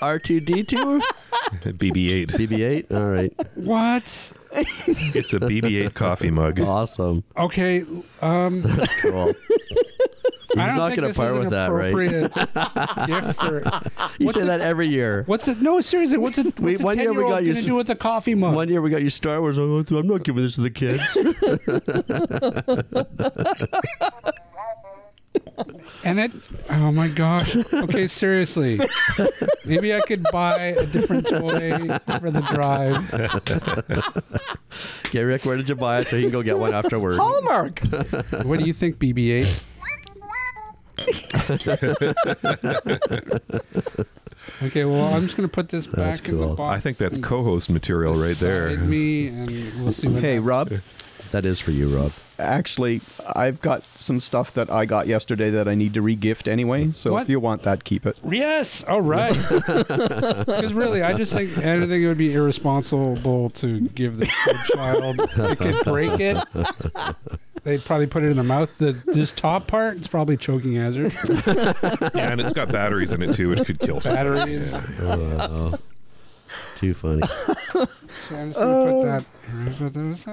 C: R two D two.
B: BB-8.
C: BB eight. All right.
A: [LAUGHS] What?
B: it's a BB-8 coffee mug.
C: Awesome.
A: Okay. Um, I
C: He's
A: don't
C: not
A: think
C: gonna
A: this
C: part
A: is an
C: with that, right?
A: appropriate
C: [LAUGHS]
A: gift for-
C: You
A: What's
C: say
A: it-
C: that every year.
A: What's it? No, seriously. What's it? What's
C: We-
A: a
C: one year we
A: ten-year-old
C: got
A: gonna
C: used to-
A: do with a coffee mug?
C: One year we got your Star Wars. I'm like, "I'm not giving this to
A: [LAUGHS]
C: the kids.
A: And it, oh my gosh. Okay, seriously. Maybe I could buy a different toy for the drive.
C: okay, Rick, where did you buy it so you can go get one afterward?
D: Hallmark.
A: What do you think, BB 8? Okay, well, I'm just going to put this back
C: That's
A: in the
C: cool.
A: box.
B: I think that's co-host material right there.
A: Beside Me, and we'll see what
D: Hey, Rob.
C: That is for you, Rob.
F: actually, I've got some stuff that I got yesterday that I need to regift anyway. So
A: What?
F: if you want that, keep it.
A: Yes. All
B: [LAUGHS]
A: right. Because really, I just think I don't think it would be irresponsible to give this to a child. They could break it. They'd probably put it in the mouth. The this top part, it's probably choking hazard.
B: Yeah, and it's got batteries in it too, which could kill someone. [LAUGHS]
A: Batteries.
C: Oh, too funny.
A: So I'm just gonna put that. I'm gonna put those-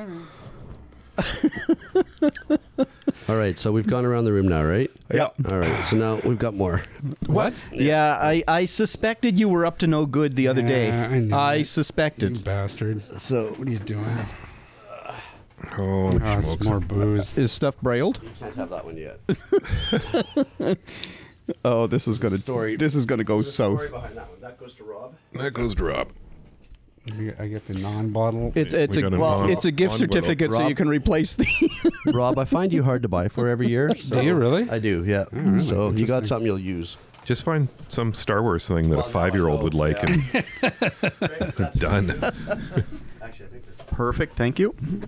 C: All right, so we've gone around the room now, right?
F: Yeah.
C: All right, so now we've got more.
A: What?
D: Yeah, I, I suspected you were up to no good the other day.
A: Yeah, I knew it. You
D: suspected.
A: bastard.
C: So
A: What are you doing?
B: Holy
A: Oh, it's
B: smokes.
A: more booze.
F: Is stuff brailled?
C: can't have that one yet.
F: Oh, this is gonna
C: Story-
F: This is gonna go south.
C: behind that one. That goes to Rob.
B: That goes to Rob.
A: I get the non-bottle.
F: It's
B: We-
F: it's
B: we
F: a
B: got a
F: well,
B: non-
F: it's a gift
B: non-bottle.
F: certificate, so
C: Rob-
F: you can replace the.
C: Rob, I find you hard to buy for every year. so-
A: do you really?
C: I do, yeah. So you got something you'll use.
B: Just find some Star Wars thing that
C: Well,
B: a
C: no,
B: five year
C: I
B: old
C: know,
B: would like
C: yeah.
B: and [LAUGHS] done.
C: Actually, I think that's.
F: Perfect. Thank you.
C: And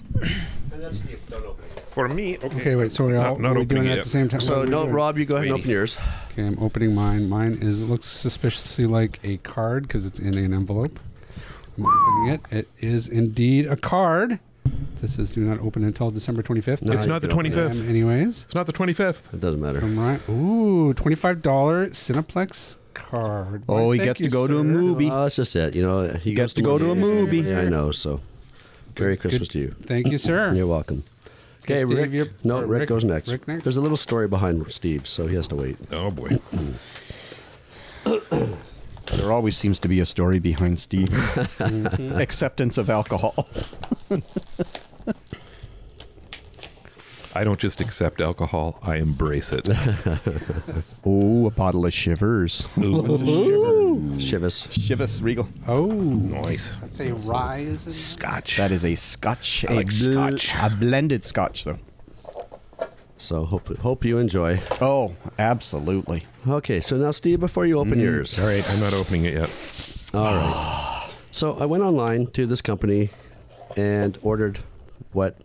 C: that's you. Don't open it.
B: For me, okay.
A: okay, wait. So we're all
B: Not- not
A: are we doing it
B: opening it
A: at the
B: yet.
A: same time. What
C: So
A: are we
C: no,
A: doing?
C: Rob, you go ahead and
B: Speedy.
C: open yours.
A: Okay, I'm opening mine. Mine is it looks suspiciously like a card because it's in an envelope. I'm opening it. It is indeed a card. This says do not open until December 25th.
C: No,
B: It's
C: you
B: not the
C: can open
B: 25th.
A: Um, anyways,
B: It's not the 25th.
C: It doesn't matter.
A: I'm right. Ooh, $25 Cineplex card.
D: Oh,
A: Why,
D: he
A: thank
D: gets
A: you,
D: to go to a
A: sir.
D: movie.
C: Oh, that's just it. You know, he goes
D: Gets to go to a
C: movies and
D: movie.
C: everything. I know. So, Merry Christmas to you.
A: Thank you, sir.
C: You're welcome. Okay,
A: Okay, Steve,
C: Rick.
A: you're-
C: no,
A: uh,
C: Rick,
A: Rick-
C: goes next.
A: Rick next? Hmm.
C: There's a little story behind Steve, so he has to wait.
B: Oh boy.
D: There always seems to be a story behind Steve's acceptance of alcohol.
B: I don't just accept alcohol, I embrace it.
D: Oh, a bottle of shivers.
A: What's a shiver?
C: Shivas.
D: Shivers Regal.
A: Oh,
B: Nice.
A: that's a rise. in-
B: Scotch.
D: That is a scotch.
B: I
D: a
B: like scotch.
D: A blended scotch, though.
C: So hope hope you enjoy.
D: Oh, absolutely.
C: Okay, so now Steve, before you
A: Hmm.
C: open yours,
B: All right, I'm not opening it yet.
C: So I went online to this company and ordered what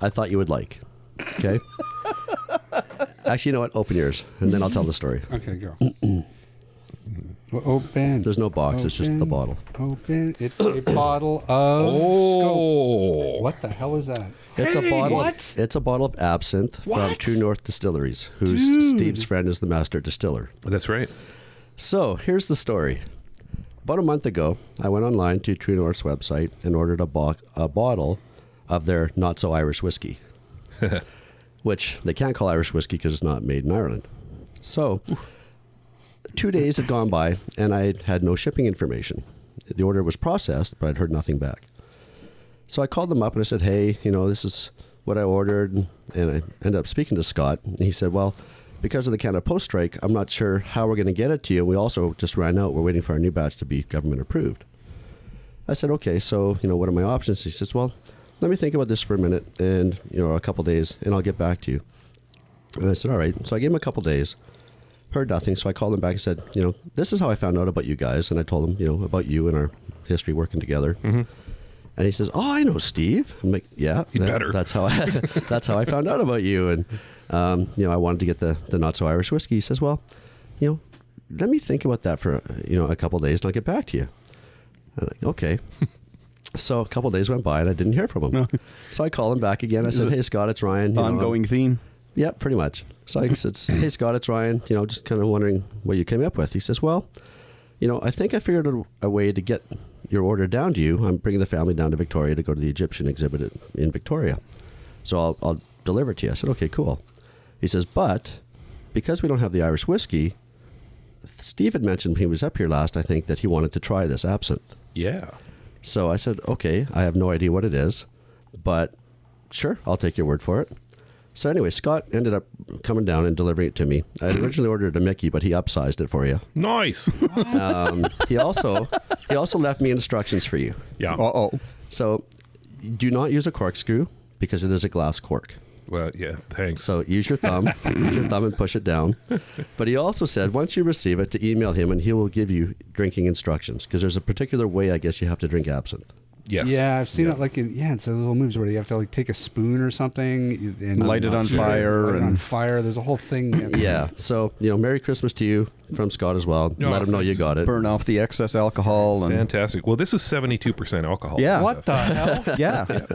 C: I thought you would like.
A: [LAUGHS]
C: Okay. Actually, you know what? Open yours, and then I'll tell the story.
A: Okay, go. Well, open.
C: There's no box; it's just the
A: Open.
C: bottle.
A: Open. It's a [COUGHS] bottle of. Scope.
B: Oh.
A: What the hell is that?
C: It's a bottle.
A: what?
C: It's a bottle of absinthe from
A: What?
C: True North Distilleries, who's Steve's friend is the master distiller.
B: That's right.
C: So here's the story. About a month ago, I went online to True North's website and ordered a, bo- a bottle of their not so Irish whiskey, which they can't call Irish whiskey because it's not made in Ireland. So two days had gone by and I had no shipping information. The order was processed, but I'd heard nothing back. So I called them up and I said, "Hey, you know, this is what I ordered." And I ended up speaking to Scott, and he said, "Well, because of the Canada Post strike, I'm not sure how we're going to get it to you. And we also just ran out. We're waiting for our new batch to be government approved." I said, "Okay, so you know, what are my options?" He says, "Well, let me think about this for a minute, and you know, a couple days, and I'll get back to you." And I said, "All right." So I gave him a couple days. Heard nothing, so I called him back and said, "You know, this is how I found out about you guys." And I told him, you know, about you and our history working together. And he says, "Oh, I know Steve." I'm like, "Yeah,
B: Mm-hmm. You
C: that-
B: better."
C: That's how
B: [LAUGHS]
C: I [LAUGHS] that's how I found out about you." And um, you know, I wanted to get the the not so Irish whiskey. He says, "Well, you know, let me think about that for you know a couple days, and I'll get back to you." I'm like,
B: [LAUGHS]
C: "Okay." so a couple days went by, and I didn't hear from him. so I called him back again. I said, "Hey, Scott, it's Ryan." You know, um, I'm-
F: Ongoing theme.
C: yeah, pretty much. So I said, "Hey Scott, it's Ryan. You know, just kind of wondering what you came up with." He says, "Well, you know, I think I figured a, a way to get your order down to you. I'm bringing the family down to Victoria to go to the Egyptian exhibit at- in Victoria, so I'll, I'll deliver it to you." I said, "Okay, cool." He says, "But because we don't have the Irish whiskey, Steve had mentioned when he was up here last. I think that he wanted to try this absinthe."
B: Yeah.
C: So I said, okay, I have no idea what it is, but sure, I'll take your word for it. So anyway, Scott ended up coming down and delivering it to me. I had originally ordered a Mickey, but he upsized it for you.
B: Nice.
C: Um, he also he also left me instructions for you.
B: Yeah.
F: Uh oh.
C: So do not use a corkscrew because it is a glass cork.
B: Well, yeah. Thanks.
C: So use your thumb, use your thumb and push it down. But he also said once you receive it, to email him and he will give you drinking instructions because there's a particular way I guess you have to drink absinthe.
B: Yes.
A: Yeah, I've seen it like in yeah, it's those little movies where you have to like take a spoon or something and
F: Light it on
A: Yeah,
F: fire
A: light it on
F: and-
A: fire. There's a whole thing.
C: [LAUGHS]
A: you have to-
C: Yeah. So, you know, Merry Christmas to you from Scott as well.
B: No,
C: Let him know you
B: thanks.
C: got it.
F: burn off the excess alcohol and
B: Fantastic. Well, this is 72% alcohol.
F: Yeah.
B: So-
D: What the hell?
F: yeah,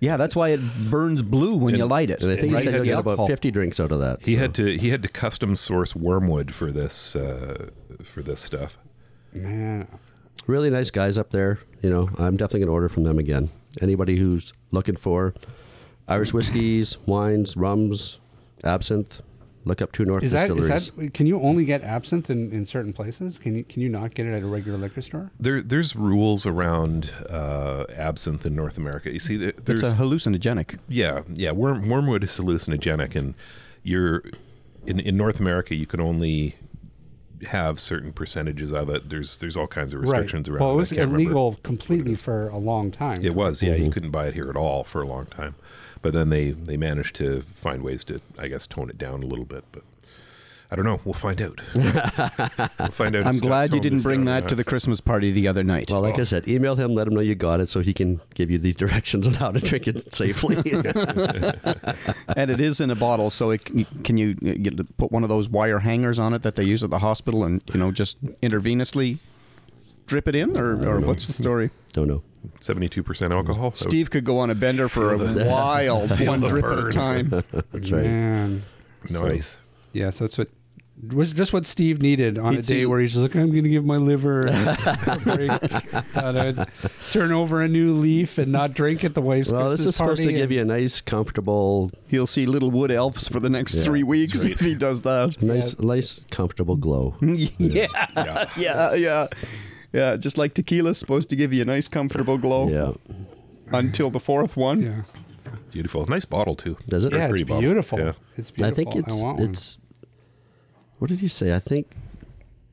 D: Yeah, that's why it burns blue when you light it.
C: And I think
D: Right?
C: he said
D: It's
C: he
D: the
C: got about
D: alcohol.
C: 50 drinks out of that.
B: He
C: so.
B: had to he had to custom source wormwood for this uh, for this stuff.
A: man.
C: really nice guys up there. You know, I'm definitely going to order from them again. Anybody who's looking for Irish whiskeys, wines, rums, absinthe, look up Two North
A: Is that, is
C: Distilleries.
A: that can you only get absinthe in, in certain places? Can you can you not get it at a regular liquor store?
B: There there's rules around uh, absinthe in North America. You see, there-
D: It's
B: there's
D: a hallucinogenic.
B: yeah yeah worm, wormwood is hallucinogenic, and you're in in North America you can only have certain percentages of it. There's there's all kinds of restrictions around.
A: Well, it
B: I
A: was
B: can't remember.
A: illegal completely for a long time.
B: It was, yeah.
D: Mm-hmm.
B: You couldn't buy it here at all for a long time, but then they they managed to find ways to, I guess, tone it down a little bit. But I don't know. We'll find
D: [LAUGHS]
B: out. we'll find out. if
D: I'm
B: Scott
D: glad you
B: toned
D: didn't
B: us
D: bring
B: down or
D: that to the
B: not.
D: Christmas party the other night.
C: well,
A: Oh.
C: like I said, email him, let him know you got it so he can give you the [LAUGHS] directions on how to drink
A: [LAUGHS]
C: it safely.
D: and it is in a bottle, so it can can you, you put one of those wire hangers on it that they use at the hospital, and you know just intravenously drip it in, or, or what's the story?
C: Don't know.
B: uh, seventy-two percent alcohol. So
D: Steve could go on a bender for a while, one
B: the
D: drip at
B: burn.
D: a time.
C: That's right.
A: Man.
B: nice.
A: Yeah, so that's what was just what Steve needed on a
D: He'd
A: day
D: see-
A: where he's just like, I'm going to give my liver a break, gotta turn over a new leaf and not drink at the wife's
C: Well,
A: Christmas
C: this is supposed to
A: party
C: give
A: and-
C: you a nice, comfortable,
D: He'll see little wood elves for the next three weeks if he does that.
C: nice, nice, comfortable glow.
A: Mm.
D: [LAUGHS] yeah, yeah, yeah, yeah. just like tequila's supposed to give you a nice, comfortable glow
C: Yeah.
D: until the fourth one.
A: Yeah,
B: Beautiful. Nice bottle too.
C: Does it?
B: Very
A: yeah it's
B: pretty bottle.
A: beautiful.
B: Yeah.
A: It's beautiful.
C: I think it's
A: want one.
C: it's. What did he say? I think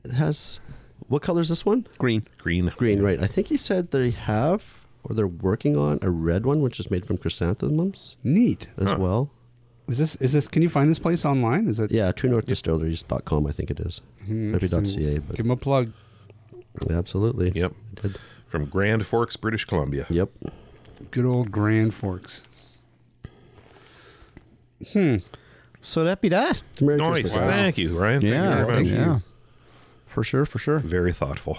C: it has. What color is this one?
D: Green.
B: Green.
C: Green, right? I think he said they have or they're working on a red one, which is made from chrysanthemums
A: neat.
C: as
B: Huh.
C: well.
A: Is this is this? Can you find this place online? Is it?
C: Yeah, truenorthdistilleries.com, I think it is.
A: Mm-hmm.
C: Maybe dot .ca,
A: Give
C: but
A: him a plug.
C: absolutely.
B: Yep.
C: Did-
B: From Grand Forks, British Columbia.
C: Yep.
A: Good old Grand Forks.
D: So that be that.
C: Merry
B: Nice.
C: Christmas. guys.
B: Thank you, Ryan.
D: Yeah,
B: Thank you very
A: thank
B: much.
A: you.
D: yeah. For sure, for sure.
B: Very thoughtful.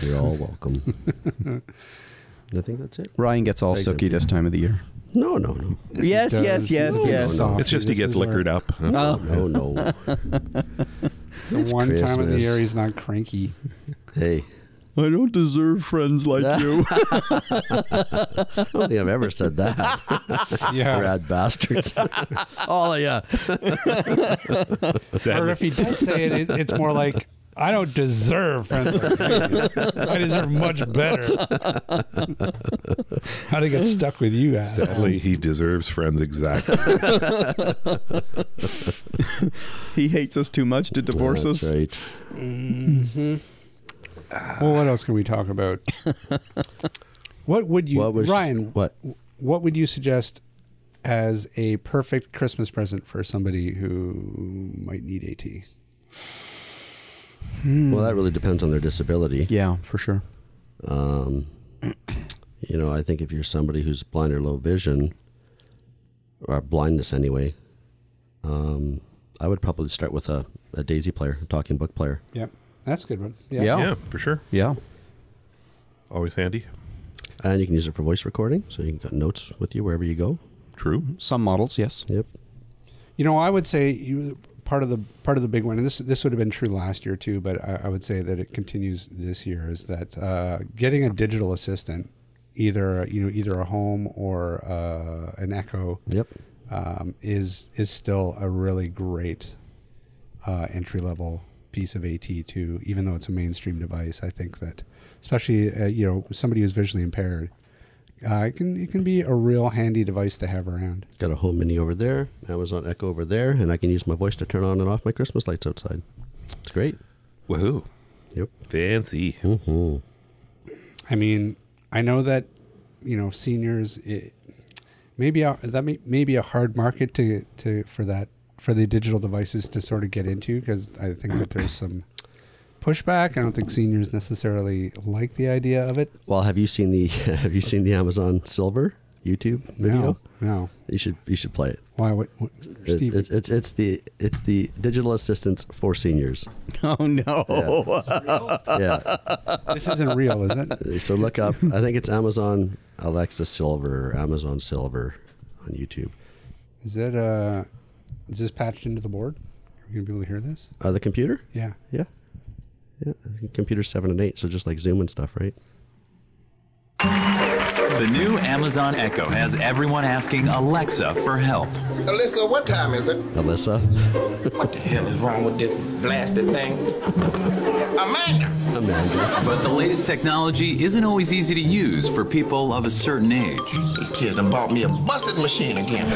C: You're all welcome.
A: [LAUGHS]
C: I think that's it.
D: Ryan gets all
C: Thanks,
D: sooky this time of the year.
C: No, no, no.
D: Yes, yes, yes, yes.
A: Soft.
B: It's just he
A: This
B: gets
A: is
D: uh,
A: our-
B: liquored up.
C: No, no, no.
A: It's Oh. [LAUGHS] the one time of the
C: Christmas.
A: year he's not cranky.
C: Hey,
D: I don't deserve friends like you. [LAUGHS]
C: I don't think I've ever said
A: [LAUGHS]
C: that.
A: Yeah.
C: Rad
A: [LAUGHS]
C: bastards.
D: Oh,
C: all of you.
A: Or
B: Sadly,
A: if he does say it, it, it's more like I don't deserve friends. Like you. I deserve much better. How to get stuck with you, asshole.
B: sadly, he deserves friends
D: [LAUGHS]
B: exactly.
D: he hates us too much to divorce
C: That's
D: us.
C: right.
A: Well, what else can we talk about? What would you,
C: What was
A: Ryan?
C: What?
A: what would you suggest as a perfect Christmas present for somebody who might need AT? mm.
C: Well, that really depends on their disability.
D: Yeah, for sure.
C: Um, you know, I think if you're somebody who's blind or low vision, or blindness anyway, um, I would probably start with a, a Daisy player, a talking book player.
A: Yep, that's a good one. Yeah,
D: Yeah.
B: Yeah, for sure.
D: Yeah.
B: Always handy.
C: And you can use it for voice recording, so you can got notes with you wherever you go.
B: True.
D: Some models, yes.
C: Yep.
A: you know, I would say you, part of the part of the big one, and this this would have been true last year too, but I, I would say that it continues this year is that uh, getting a digital assistant, either you know either a home or uh, an Echo,
C: Yep.
A: um, is is still a really great uh, entry level piece of AT too. Even though it's a mainstream device, I think that especially uh, you know somebody who's visually impaired, uh, it can it can be a real handy device to have around.
C: Got a home mini over there, Amazon Echo over there, and I can use my voice to turn on and off my Christmas lights outside. It's great.
B: Woohoo.
C: Yep.
B: Fancy.
A: I mean, I know that you know seniors. It, maybe a, that may, may be a hard market to to for that for the digital devices to sort of get into because I think that there's some pushback. I don't think seniors necessarily like the idea of it.
C: Well, have you seen the [LAUGHS] Have you seen the Amazon Silver YouTube video?
A: No, no.
C: You should you should play it.
A: Why? What, what,
C: It's,
A: Steve,
C: it's, it's it's the it's the digital assistance for
D: [LAUGHS]
C: seniors.
D: Oh no!
C: Yeah.
A: this isn't real, is
C: [LAUGHS]
A: it?
C: so look up. I think it's Amazon Alexa Silver or Amazon Silver on YouTube.
A: Is it? Uh, is this patched into the board? Are we gonna be able to hear this?
C: Uh, the computer?
A: Yeah.
C: Yeah. Yeah. Computer seven and eight. So just like Zoom and stuff, right?
H: The new Amazon Echo has everyone asking Alexa for help.
I: Alyssa, what time is it?
C: Alyssa, [LAUGHS]
I: What the hell is wrong with this blasted thing? Amanda!
C: Amanda.
H: But the latest technology isn't always easy to use for people of a certain age.
I: These kids done bought me a busted machine again.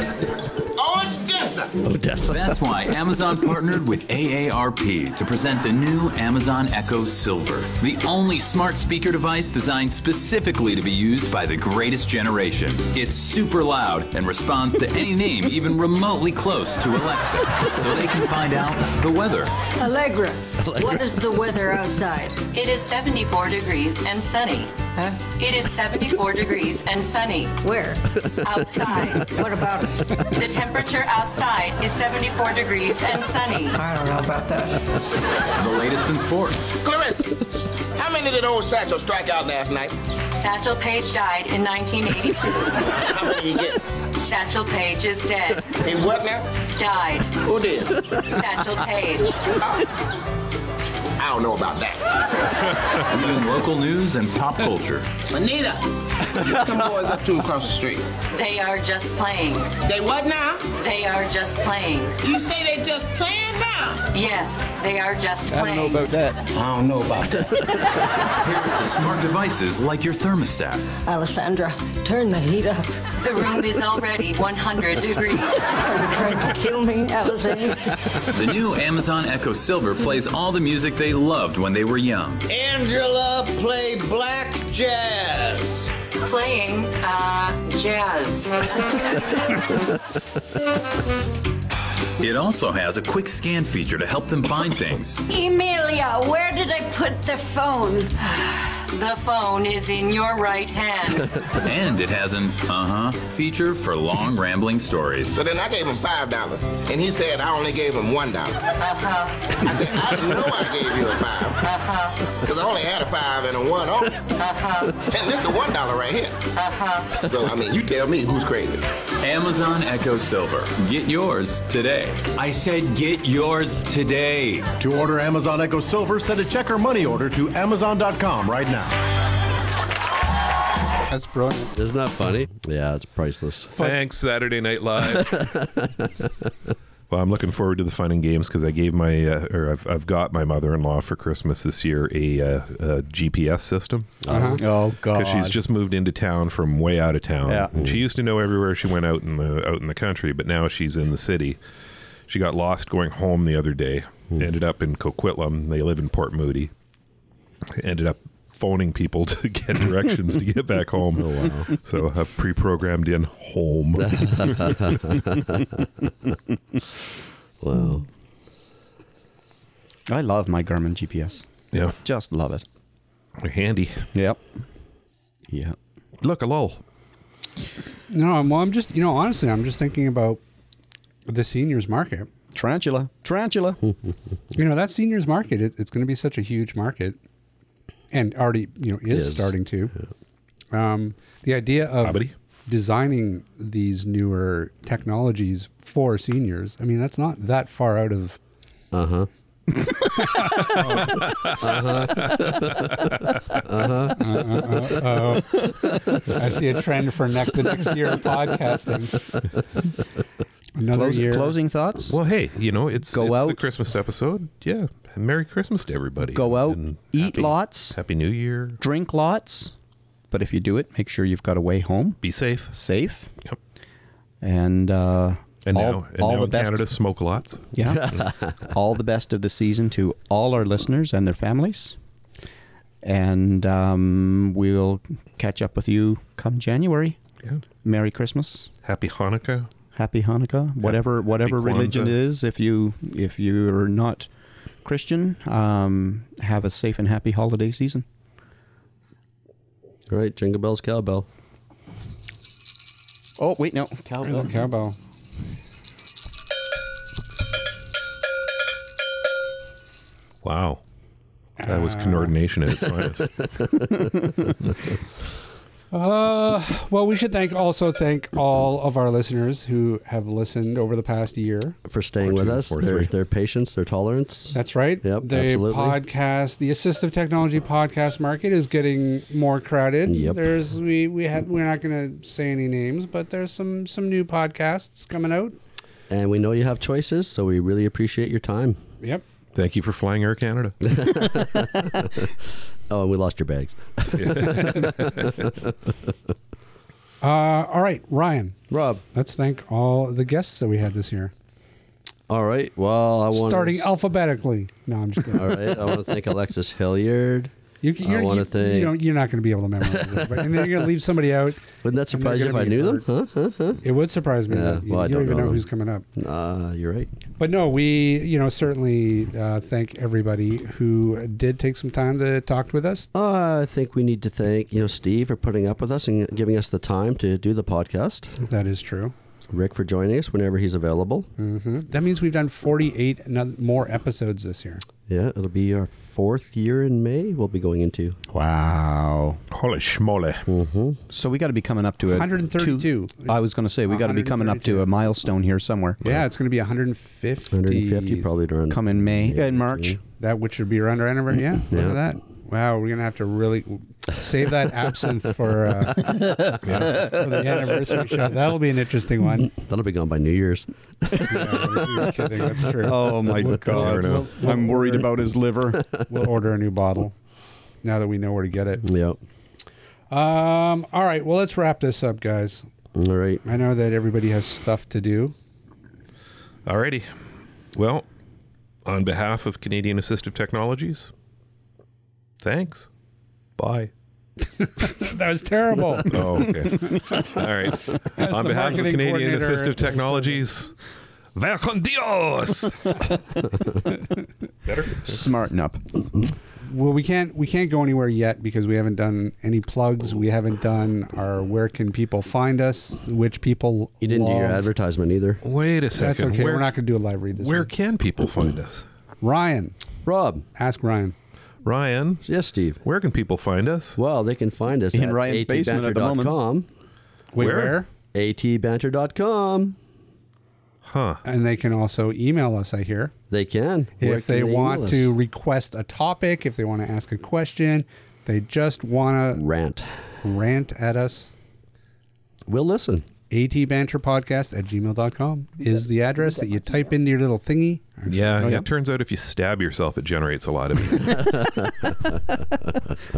I: Oh, Odessa!
C: Odessa.
H: That's why Amazon partnered with AARP to present the new Amazon Echo Silver, the only smart speaker device designed specifically to be used by the greatest generation. It's super loud and responds to any name even remotely close to Alexa, so they can find out the weather,
J: Allegra, what is the weather outside?
K: It is 74 degrees and sunny.
J: Huh?
K: It is 74 degrees and sunny
J: Where?
K: outside.
J: What about it?
K: The temperature outside is 74 degrees and sunny.
J: I don't know about that.
H: the latest in sports,
I: Clarissa, how many did old Satchel strike out last night?
K: Satchel Paige died in 1982.
I: How many you get?
K: Satchel Paige is dead.
I: In what now?
K: Died.
I: Who did?
K: Satchel Paige.
I: I don't know about that.
H: even local news and pop culture.
G: Anita, come boys up to across the street.
K: They are just playing.
G: They what now?
K: They are just playing.
G: You say they just playing now?
K: Yes, they are just
D: I don't know
K: playing.
D: about that.
G: I don't know about that.
H: Pair it to smart devices like your thermostat.
J: Alessandra, turn the heat up.
K: The room is already 100 degrees.
J: Are you trying to kill me, Alessandra?
H: The new Amazon Echo Silver plays all the music they loved when they were young.
G: Angela play black jazz.
K: Playing uh, jazz.
H: It also has a quick scan feature to help them find things.
J: Emilia, where did I put the phone?
K: The phone is in your right hand.
H: And it has an uh huh feature for long rambling stories.
I: So then I gave him five dollars, and he said I only gave him one dollar.
K: Uh-huh,
I: I said I know I gave you a five, because I only had a five and a one on it.
K: uh-huh,
I: And this the one dollar right here. So I mean, you tell me who's crazy.
H: Amazon Echo Silver. Get yours today. I said get yours today.
L: To order Amazon Echo Silver, send a check or money order to Amazon.com right now.
A: That's brilliant.
C: Isn't that funny? Yeah, it's priceless.
B: Thanks, Saturday Night Live. well, I'm looking forward to the fun and games because I gave my uh, or I've, I've got my mother-in-law for Christmas this year a, uh, a GPS system
D: Oh god!
B: because [LAUGHS] she's just moved into town from way out of town.
D: Yeah.
B: And she used to know everywhere she went out in the out in the country, but now she's in the city. She got lost going home the other day.
D: Hmm.
B: Ended up in Coquitlam. They live in Port Moody. Ended up phoning people [LAUGHS] to get directions to get
D: [LAUGHS]
B: back home. Oh wow! So I've pre-programmed in home.
C: Wow.
D: I love my Garmin GPS.
B: yeah,
D: Just love it.
B: they're handy.
D: Yep. Yeah.
B: Look, a lull.
A: No, I'm, well, I'm just you know honestly, I'm just thinking about the seniors market.
D: Tarantula. Tarantula.
A: You know that seniors market, it, it's going to be such a huge market, and already you know is,
C: Is.
A: starting to. Um, the idea of
B: Abadi?
A: designing these newer technologies for seniors. I mean, that's not that far out of
C: Uh
A: [LAUGHS]
C: huh.
A: Uh-huh. I see a trend for neck the next year of podcasting. Another
D: Close-
A: year.
D: closing thoughts.
B: Well, hey, you know it's
D: Go
B: it's the
D: out.
B: Christmas episode. Yeah, Merry Christmas to everybody.
D: Go out,
B: And
D: eat
B: happy-
D: lots.
B: Happy New Year.
D: Drink lots. But if you do it, make sure you've got a way home
B: Be safe.
D: safe.
B: Yep.
D: And uh,
B: And
D: all,
B: now, and
D: all
B: now
D: the
B: in
D: best.
B: Canada, smoke lots.
D: [LAUGHS] Yeah.
B: [LAUGHS]
D: all the best of the season to all our listeners and their families. And um, we'll catch up with you come January.
B: Yeah.
D: Merry Christmas.
B: Happy Hanukkah.
D: Happy Hanukkah. Whatever whatever religion
B: Kwanzaa.
D: it is, if you if you're not Christian. Um, have a safe and happy holiday season.
C: All right, jingle bells, cowbell.
D: Oh wait, no
A: There's a cowbell.
B: Wow. That was
A: Ah.
B: coordination at its finest.
A: Uh, well, we should thank also thank all of our listeners who have listened over the past year.
C: For staying with
B: two,
C: us,
B: four,
C: their,
B: three.
C: their patience, their tolerance.
A: That's right.
C: Yep,
A: the
C: absolutely.
A: podcast, the assistive technology podcast market is getting more crowded.
C: Yep.
A: There's we we have we're not going to say any names, but there's some some new podcasts coming out.
C: and we know you have choices, so we really appreciate your time.
A: Yep.
B: [LAUGHS] Thank you for flying Air Canada.
C: Oh, and we lost your bags.
A: Uh, all right, Ryan.
C: Rob.
A: Let's thank all the guests that we had this year,
C: All right. Well, I want
A: starting alphabetically. No, I'm just kidding.
C: All right. I want to thank Alexis Hilliard.
A: You, can-
C: I
A: you're,
C: wanna
A: you,
C: thank-
A: you don't, you're not going to be able to memorize it, but, and then you're going to leave somebody out.
C: [LAUGHS] Wouldn't that
A: and
C: surprise you
A: they're
C: if I
A: gonna be
C: knew them?
A: hurt.
C: Huh? Huh? Huh?
A: It would surprise me.
C: Yeah,
A: that you,
C: well, I
A: you don't
C: don't
A: even
C: know
A: know
C: them.
A: who's coming up.
C: Nah, Uh, you're right.
A: But no, we you know certainly uh, thank everybody who did take some time to talk with us.
C: I think we need to thank you know Steve for putting up with us and giving us the time to do the podcast.
A: That is true.
C: Rick for joining us whenever he's available.
A: hmm That means we've done 48 ano- more episodes this year.
C: Yeah, it'll be our fourth year in May. We'll be going into.
D: Wow.
B: [LAUGHS] Holy schmoly.
D: So we got to be coming up to a
A: 132.
D: two- I was going to say we got to be coming up to a
A: 132.
D: milestone here somewhere.
A: Yeah, it's going to be 150.
C: 150 probably around
D: Come in May in March.
A: That which would be around our anniversary. Yeah, look at that. Wow, we're gonna have to really save that absinthe for, uh,
B: [LAUGHS]
A: for the anniversary show. That'll be an interesting one.
C: That'll be gone by New Year's.
A: Yeah, you're kidding. That's true.
D: Oh my
B: Never know.
D: I'm worried about his liver.
A: We'll order a new bottle now that we know where to get it.
C: Yeah.
A: Um. All right. Well, let's wrap this up, guys.
C: All right.
A: I know that everybody has stuff to do.
B: Alrighty. Well, on behalf of Canadian Assistive Technologies, thanks. Bye.
A: [LAUGHS] That was terrible.
B: Oh, okay. [LAUGHS] All right.
A: the
B: on behalf of
A: marketing
B: Canadian
A: coordinator.
B: Assistive Technologies, Ver con [LAUGHS] Dios! Better?
D: Smarten up.
A: [LAUGHS] well, we can't we can't go anywhere yet because we haven't done any plugs. We haven't done our where can people find us, which people
C: You didn't do your
A: love.
C: advertisement either.
B: Wait a second.
A: That's okay.
B: Where,
A: We're not going to do a live read this
B: where
A: week.
B: can people find us?
A: Ryan,
C: Rob.
A: ask Ryan.
B: Ryan,
C: Yes, Steve.
B: where can people find us?
C: Well, they can find us
D: In
C: at
D: Ryan's basement at the moment.
C: atbanter.com.
A: Wait,
B: Where?
A: where?
C: atbanter.com.
B: Huh.
A: And they can also email us. I hear
C: They can. Where
A: if they,
C: can email
A: want
C: us?
A: to request a topic, if they want to ask a question, they just want
C: rant,
A: to rant at us.
C: we'll listen.
A: atbanterpodcast at gmail.com is the address that you type into your little thingy.
B: Yeah,
A: Oh,
B: it turns out if you stab yourself, it generates a [LAUGHS] lot of heat.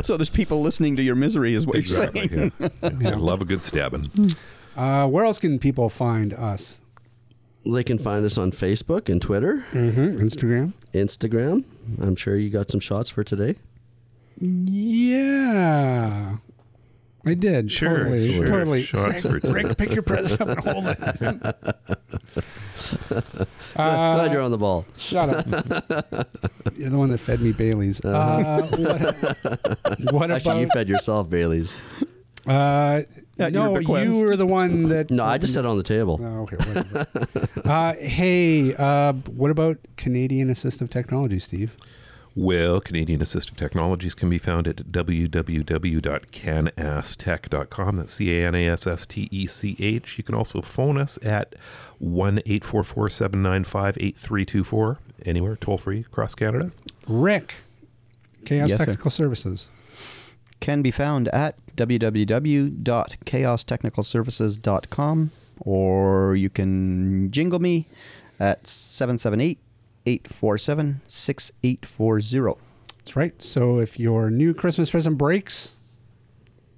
D: So there's people listening to your misery, is what
B: Exactly, yeah. Hmm. I love a good stabbing.
A: Uh, where else can people find us?
C: They can find us on Facebook and Twitter,
D: Mm.
A: Mm-hmm. Instagram.
C: Instagram. I'm sure you got some shots for today.
A: Yeah. I did.
B: Sure,
A: Totally.
B: sure.
A: totally.
B: Shots for
A: Rick, Rick, pick your present up and hold it. [LAUGHS] Uh,
D: Uh,
C: Glad you're on the ball.
A: Shut up.
C: [LAUGHS]
A: You're the one that fed me Bailey's. Uh,
C: [LAUGHS]
A: what, what
C: Uh-huh. Actually, you
A: about?
C: fed yourself, Bailey's.
A: uh,
D: At your
A: no,
D: bequest.
A: you were the one that.
C: No, I just said on the table.
A: [LAUGHS] Oh, okay. whatever. uh, hey, uh, what about Canadian assistive technology, Steve?
B: Well, Canadian Assistive Technologies can be found at www.canastech.com. That's C A N A S S T E C H. You can also phone us at 1 844 795 8324, anywhere, toll free across Canada.
A: Rick, Chaos
D: Yes, sir.
A: Technical Services.
D: Can be found at www.chaostechnicalservices.com or you can jingle me at 778 847 6840.
A: That's right. So if your new Christmas present breaks,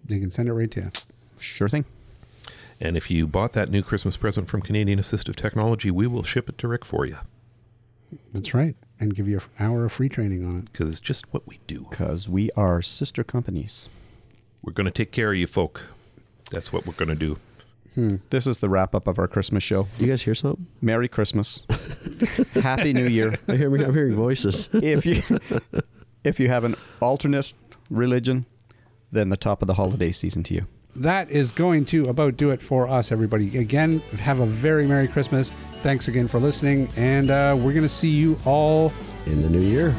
A: they can send it right to you.
D: Sure thing.
B: And if you bought that new Christmas present from Canadian Assistive Technology, we will ship it to Rick for you
A: That's right. And give you an hour of free training on it.
B: because it's just what we do.
D: Because we are sister companies.
B: We're going to take care of you folk. That's what we're going to do.
D: This is the wrap up of our Christmas show.
C: You guys hear something?
D: Merry Christmas. Happy New Year.
C: I hear me. I'm hearing
D: [LAUGHS]
C: voices.
D: If you if you have an alternate religion, then the top of the holiday season to you.
A: That is going to about do it for us, everybody. Again, have a very Merry Christmas. Thanks again for listening, and uh, we're going to see you all
C: in the new year.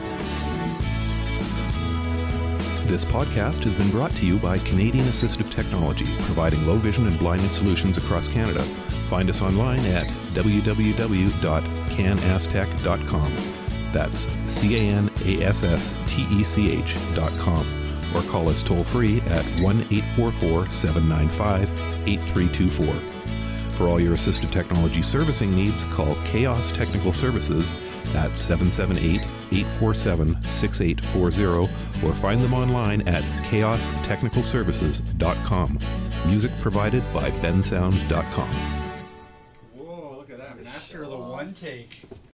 B: This podcast has been brought to you by Canadian Assistive Technology, providing low vision and blindness solutions across Canada. Find us online at www.canastech.com. That's C A N A S S T E C H dot com. Or call us toll free at 1 844 795 8324. For all your assistive technology servicing needs, call Chaos Technical Services at 778 847 6840 or find them online at chaostechnicalservices.com. Music provided by bensound.com.
M: Whoa, look at that. Master of the one take.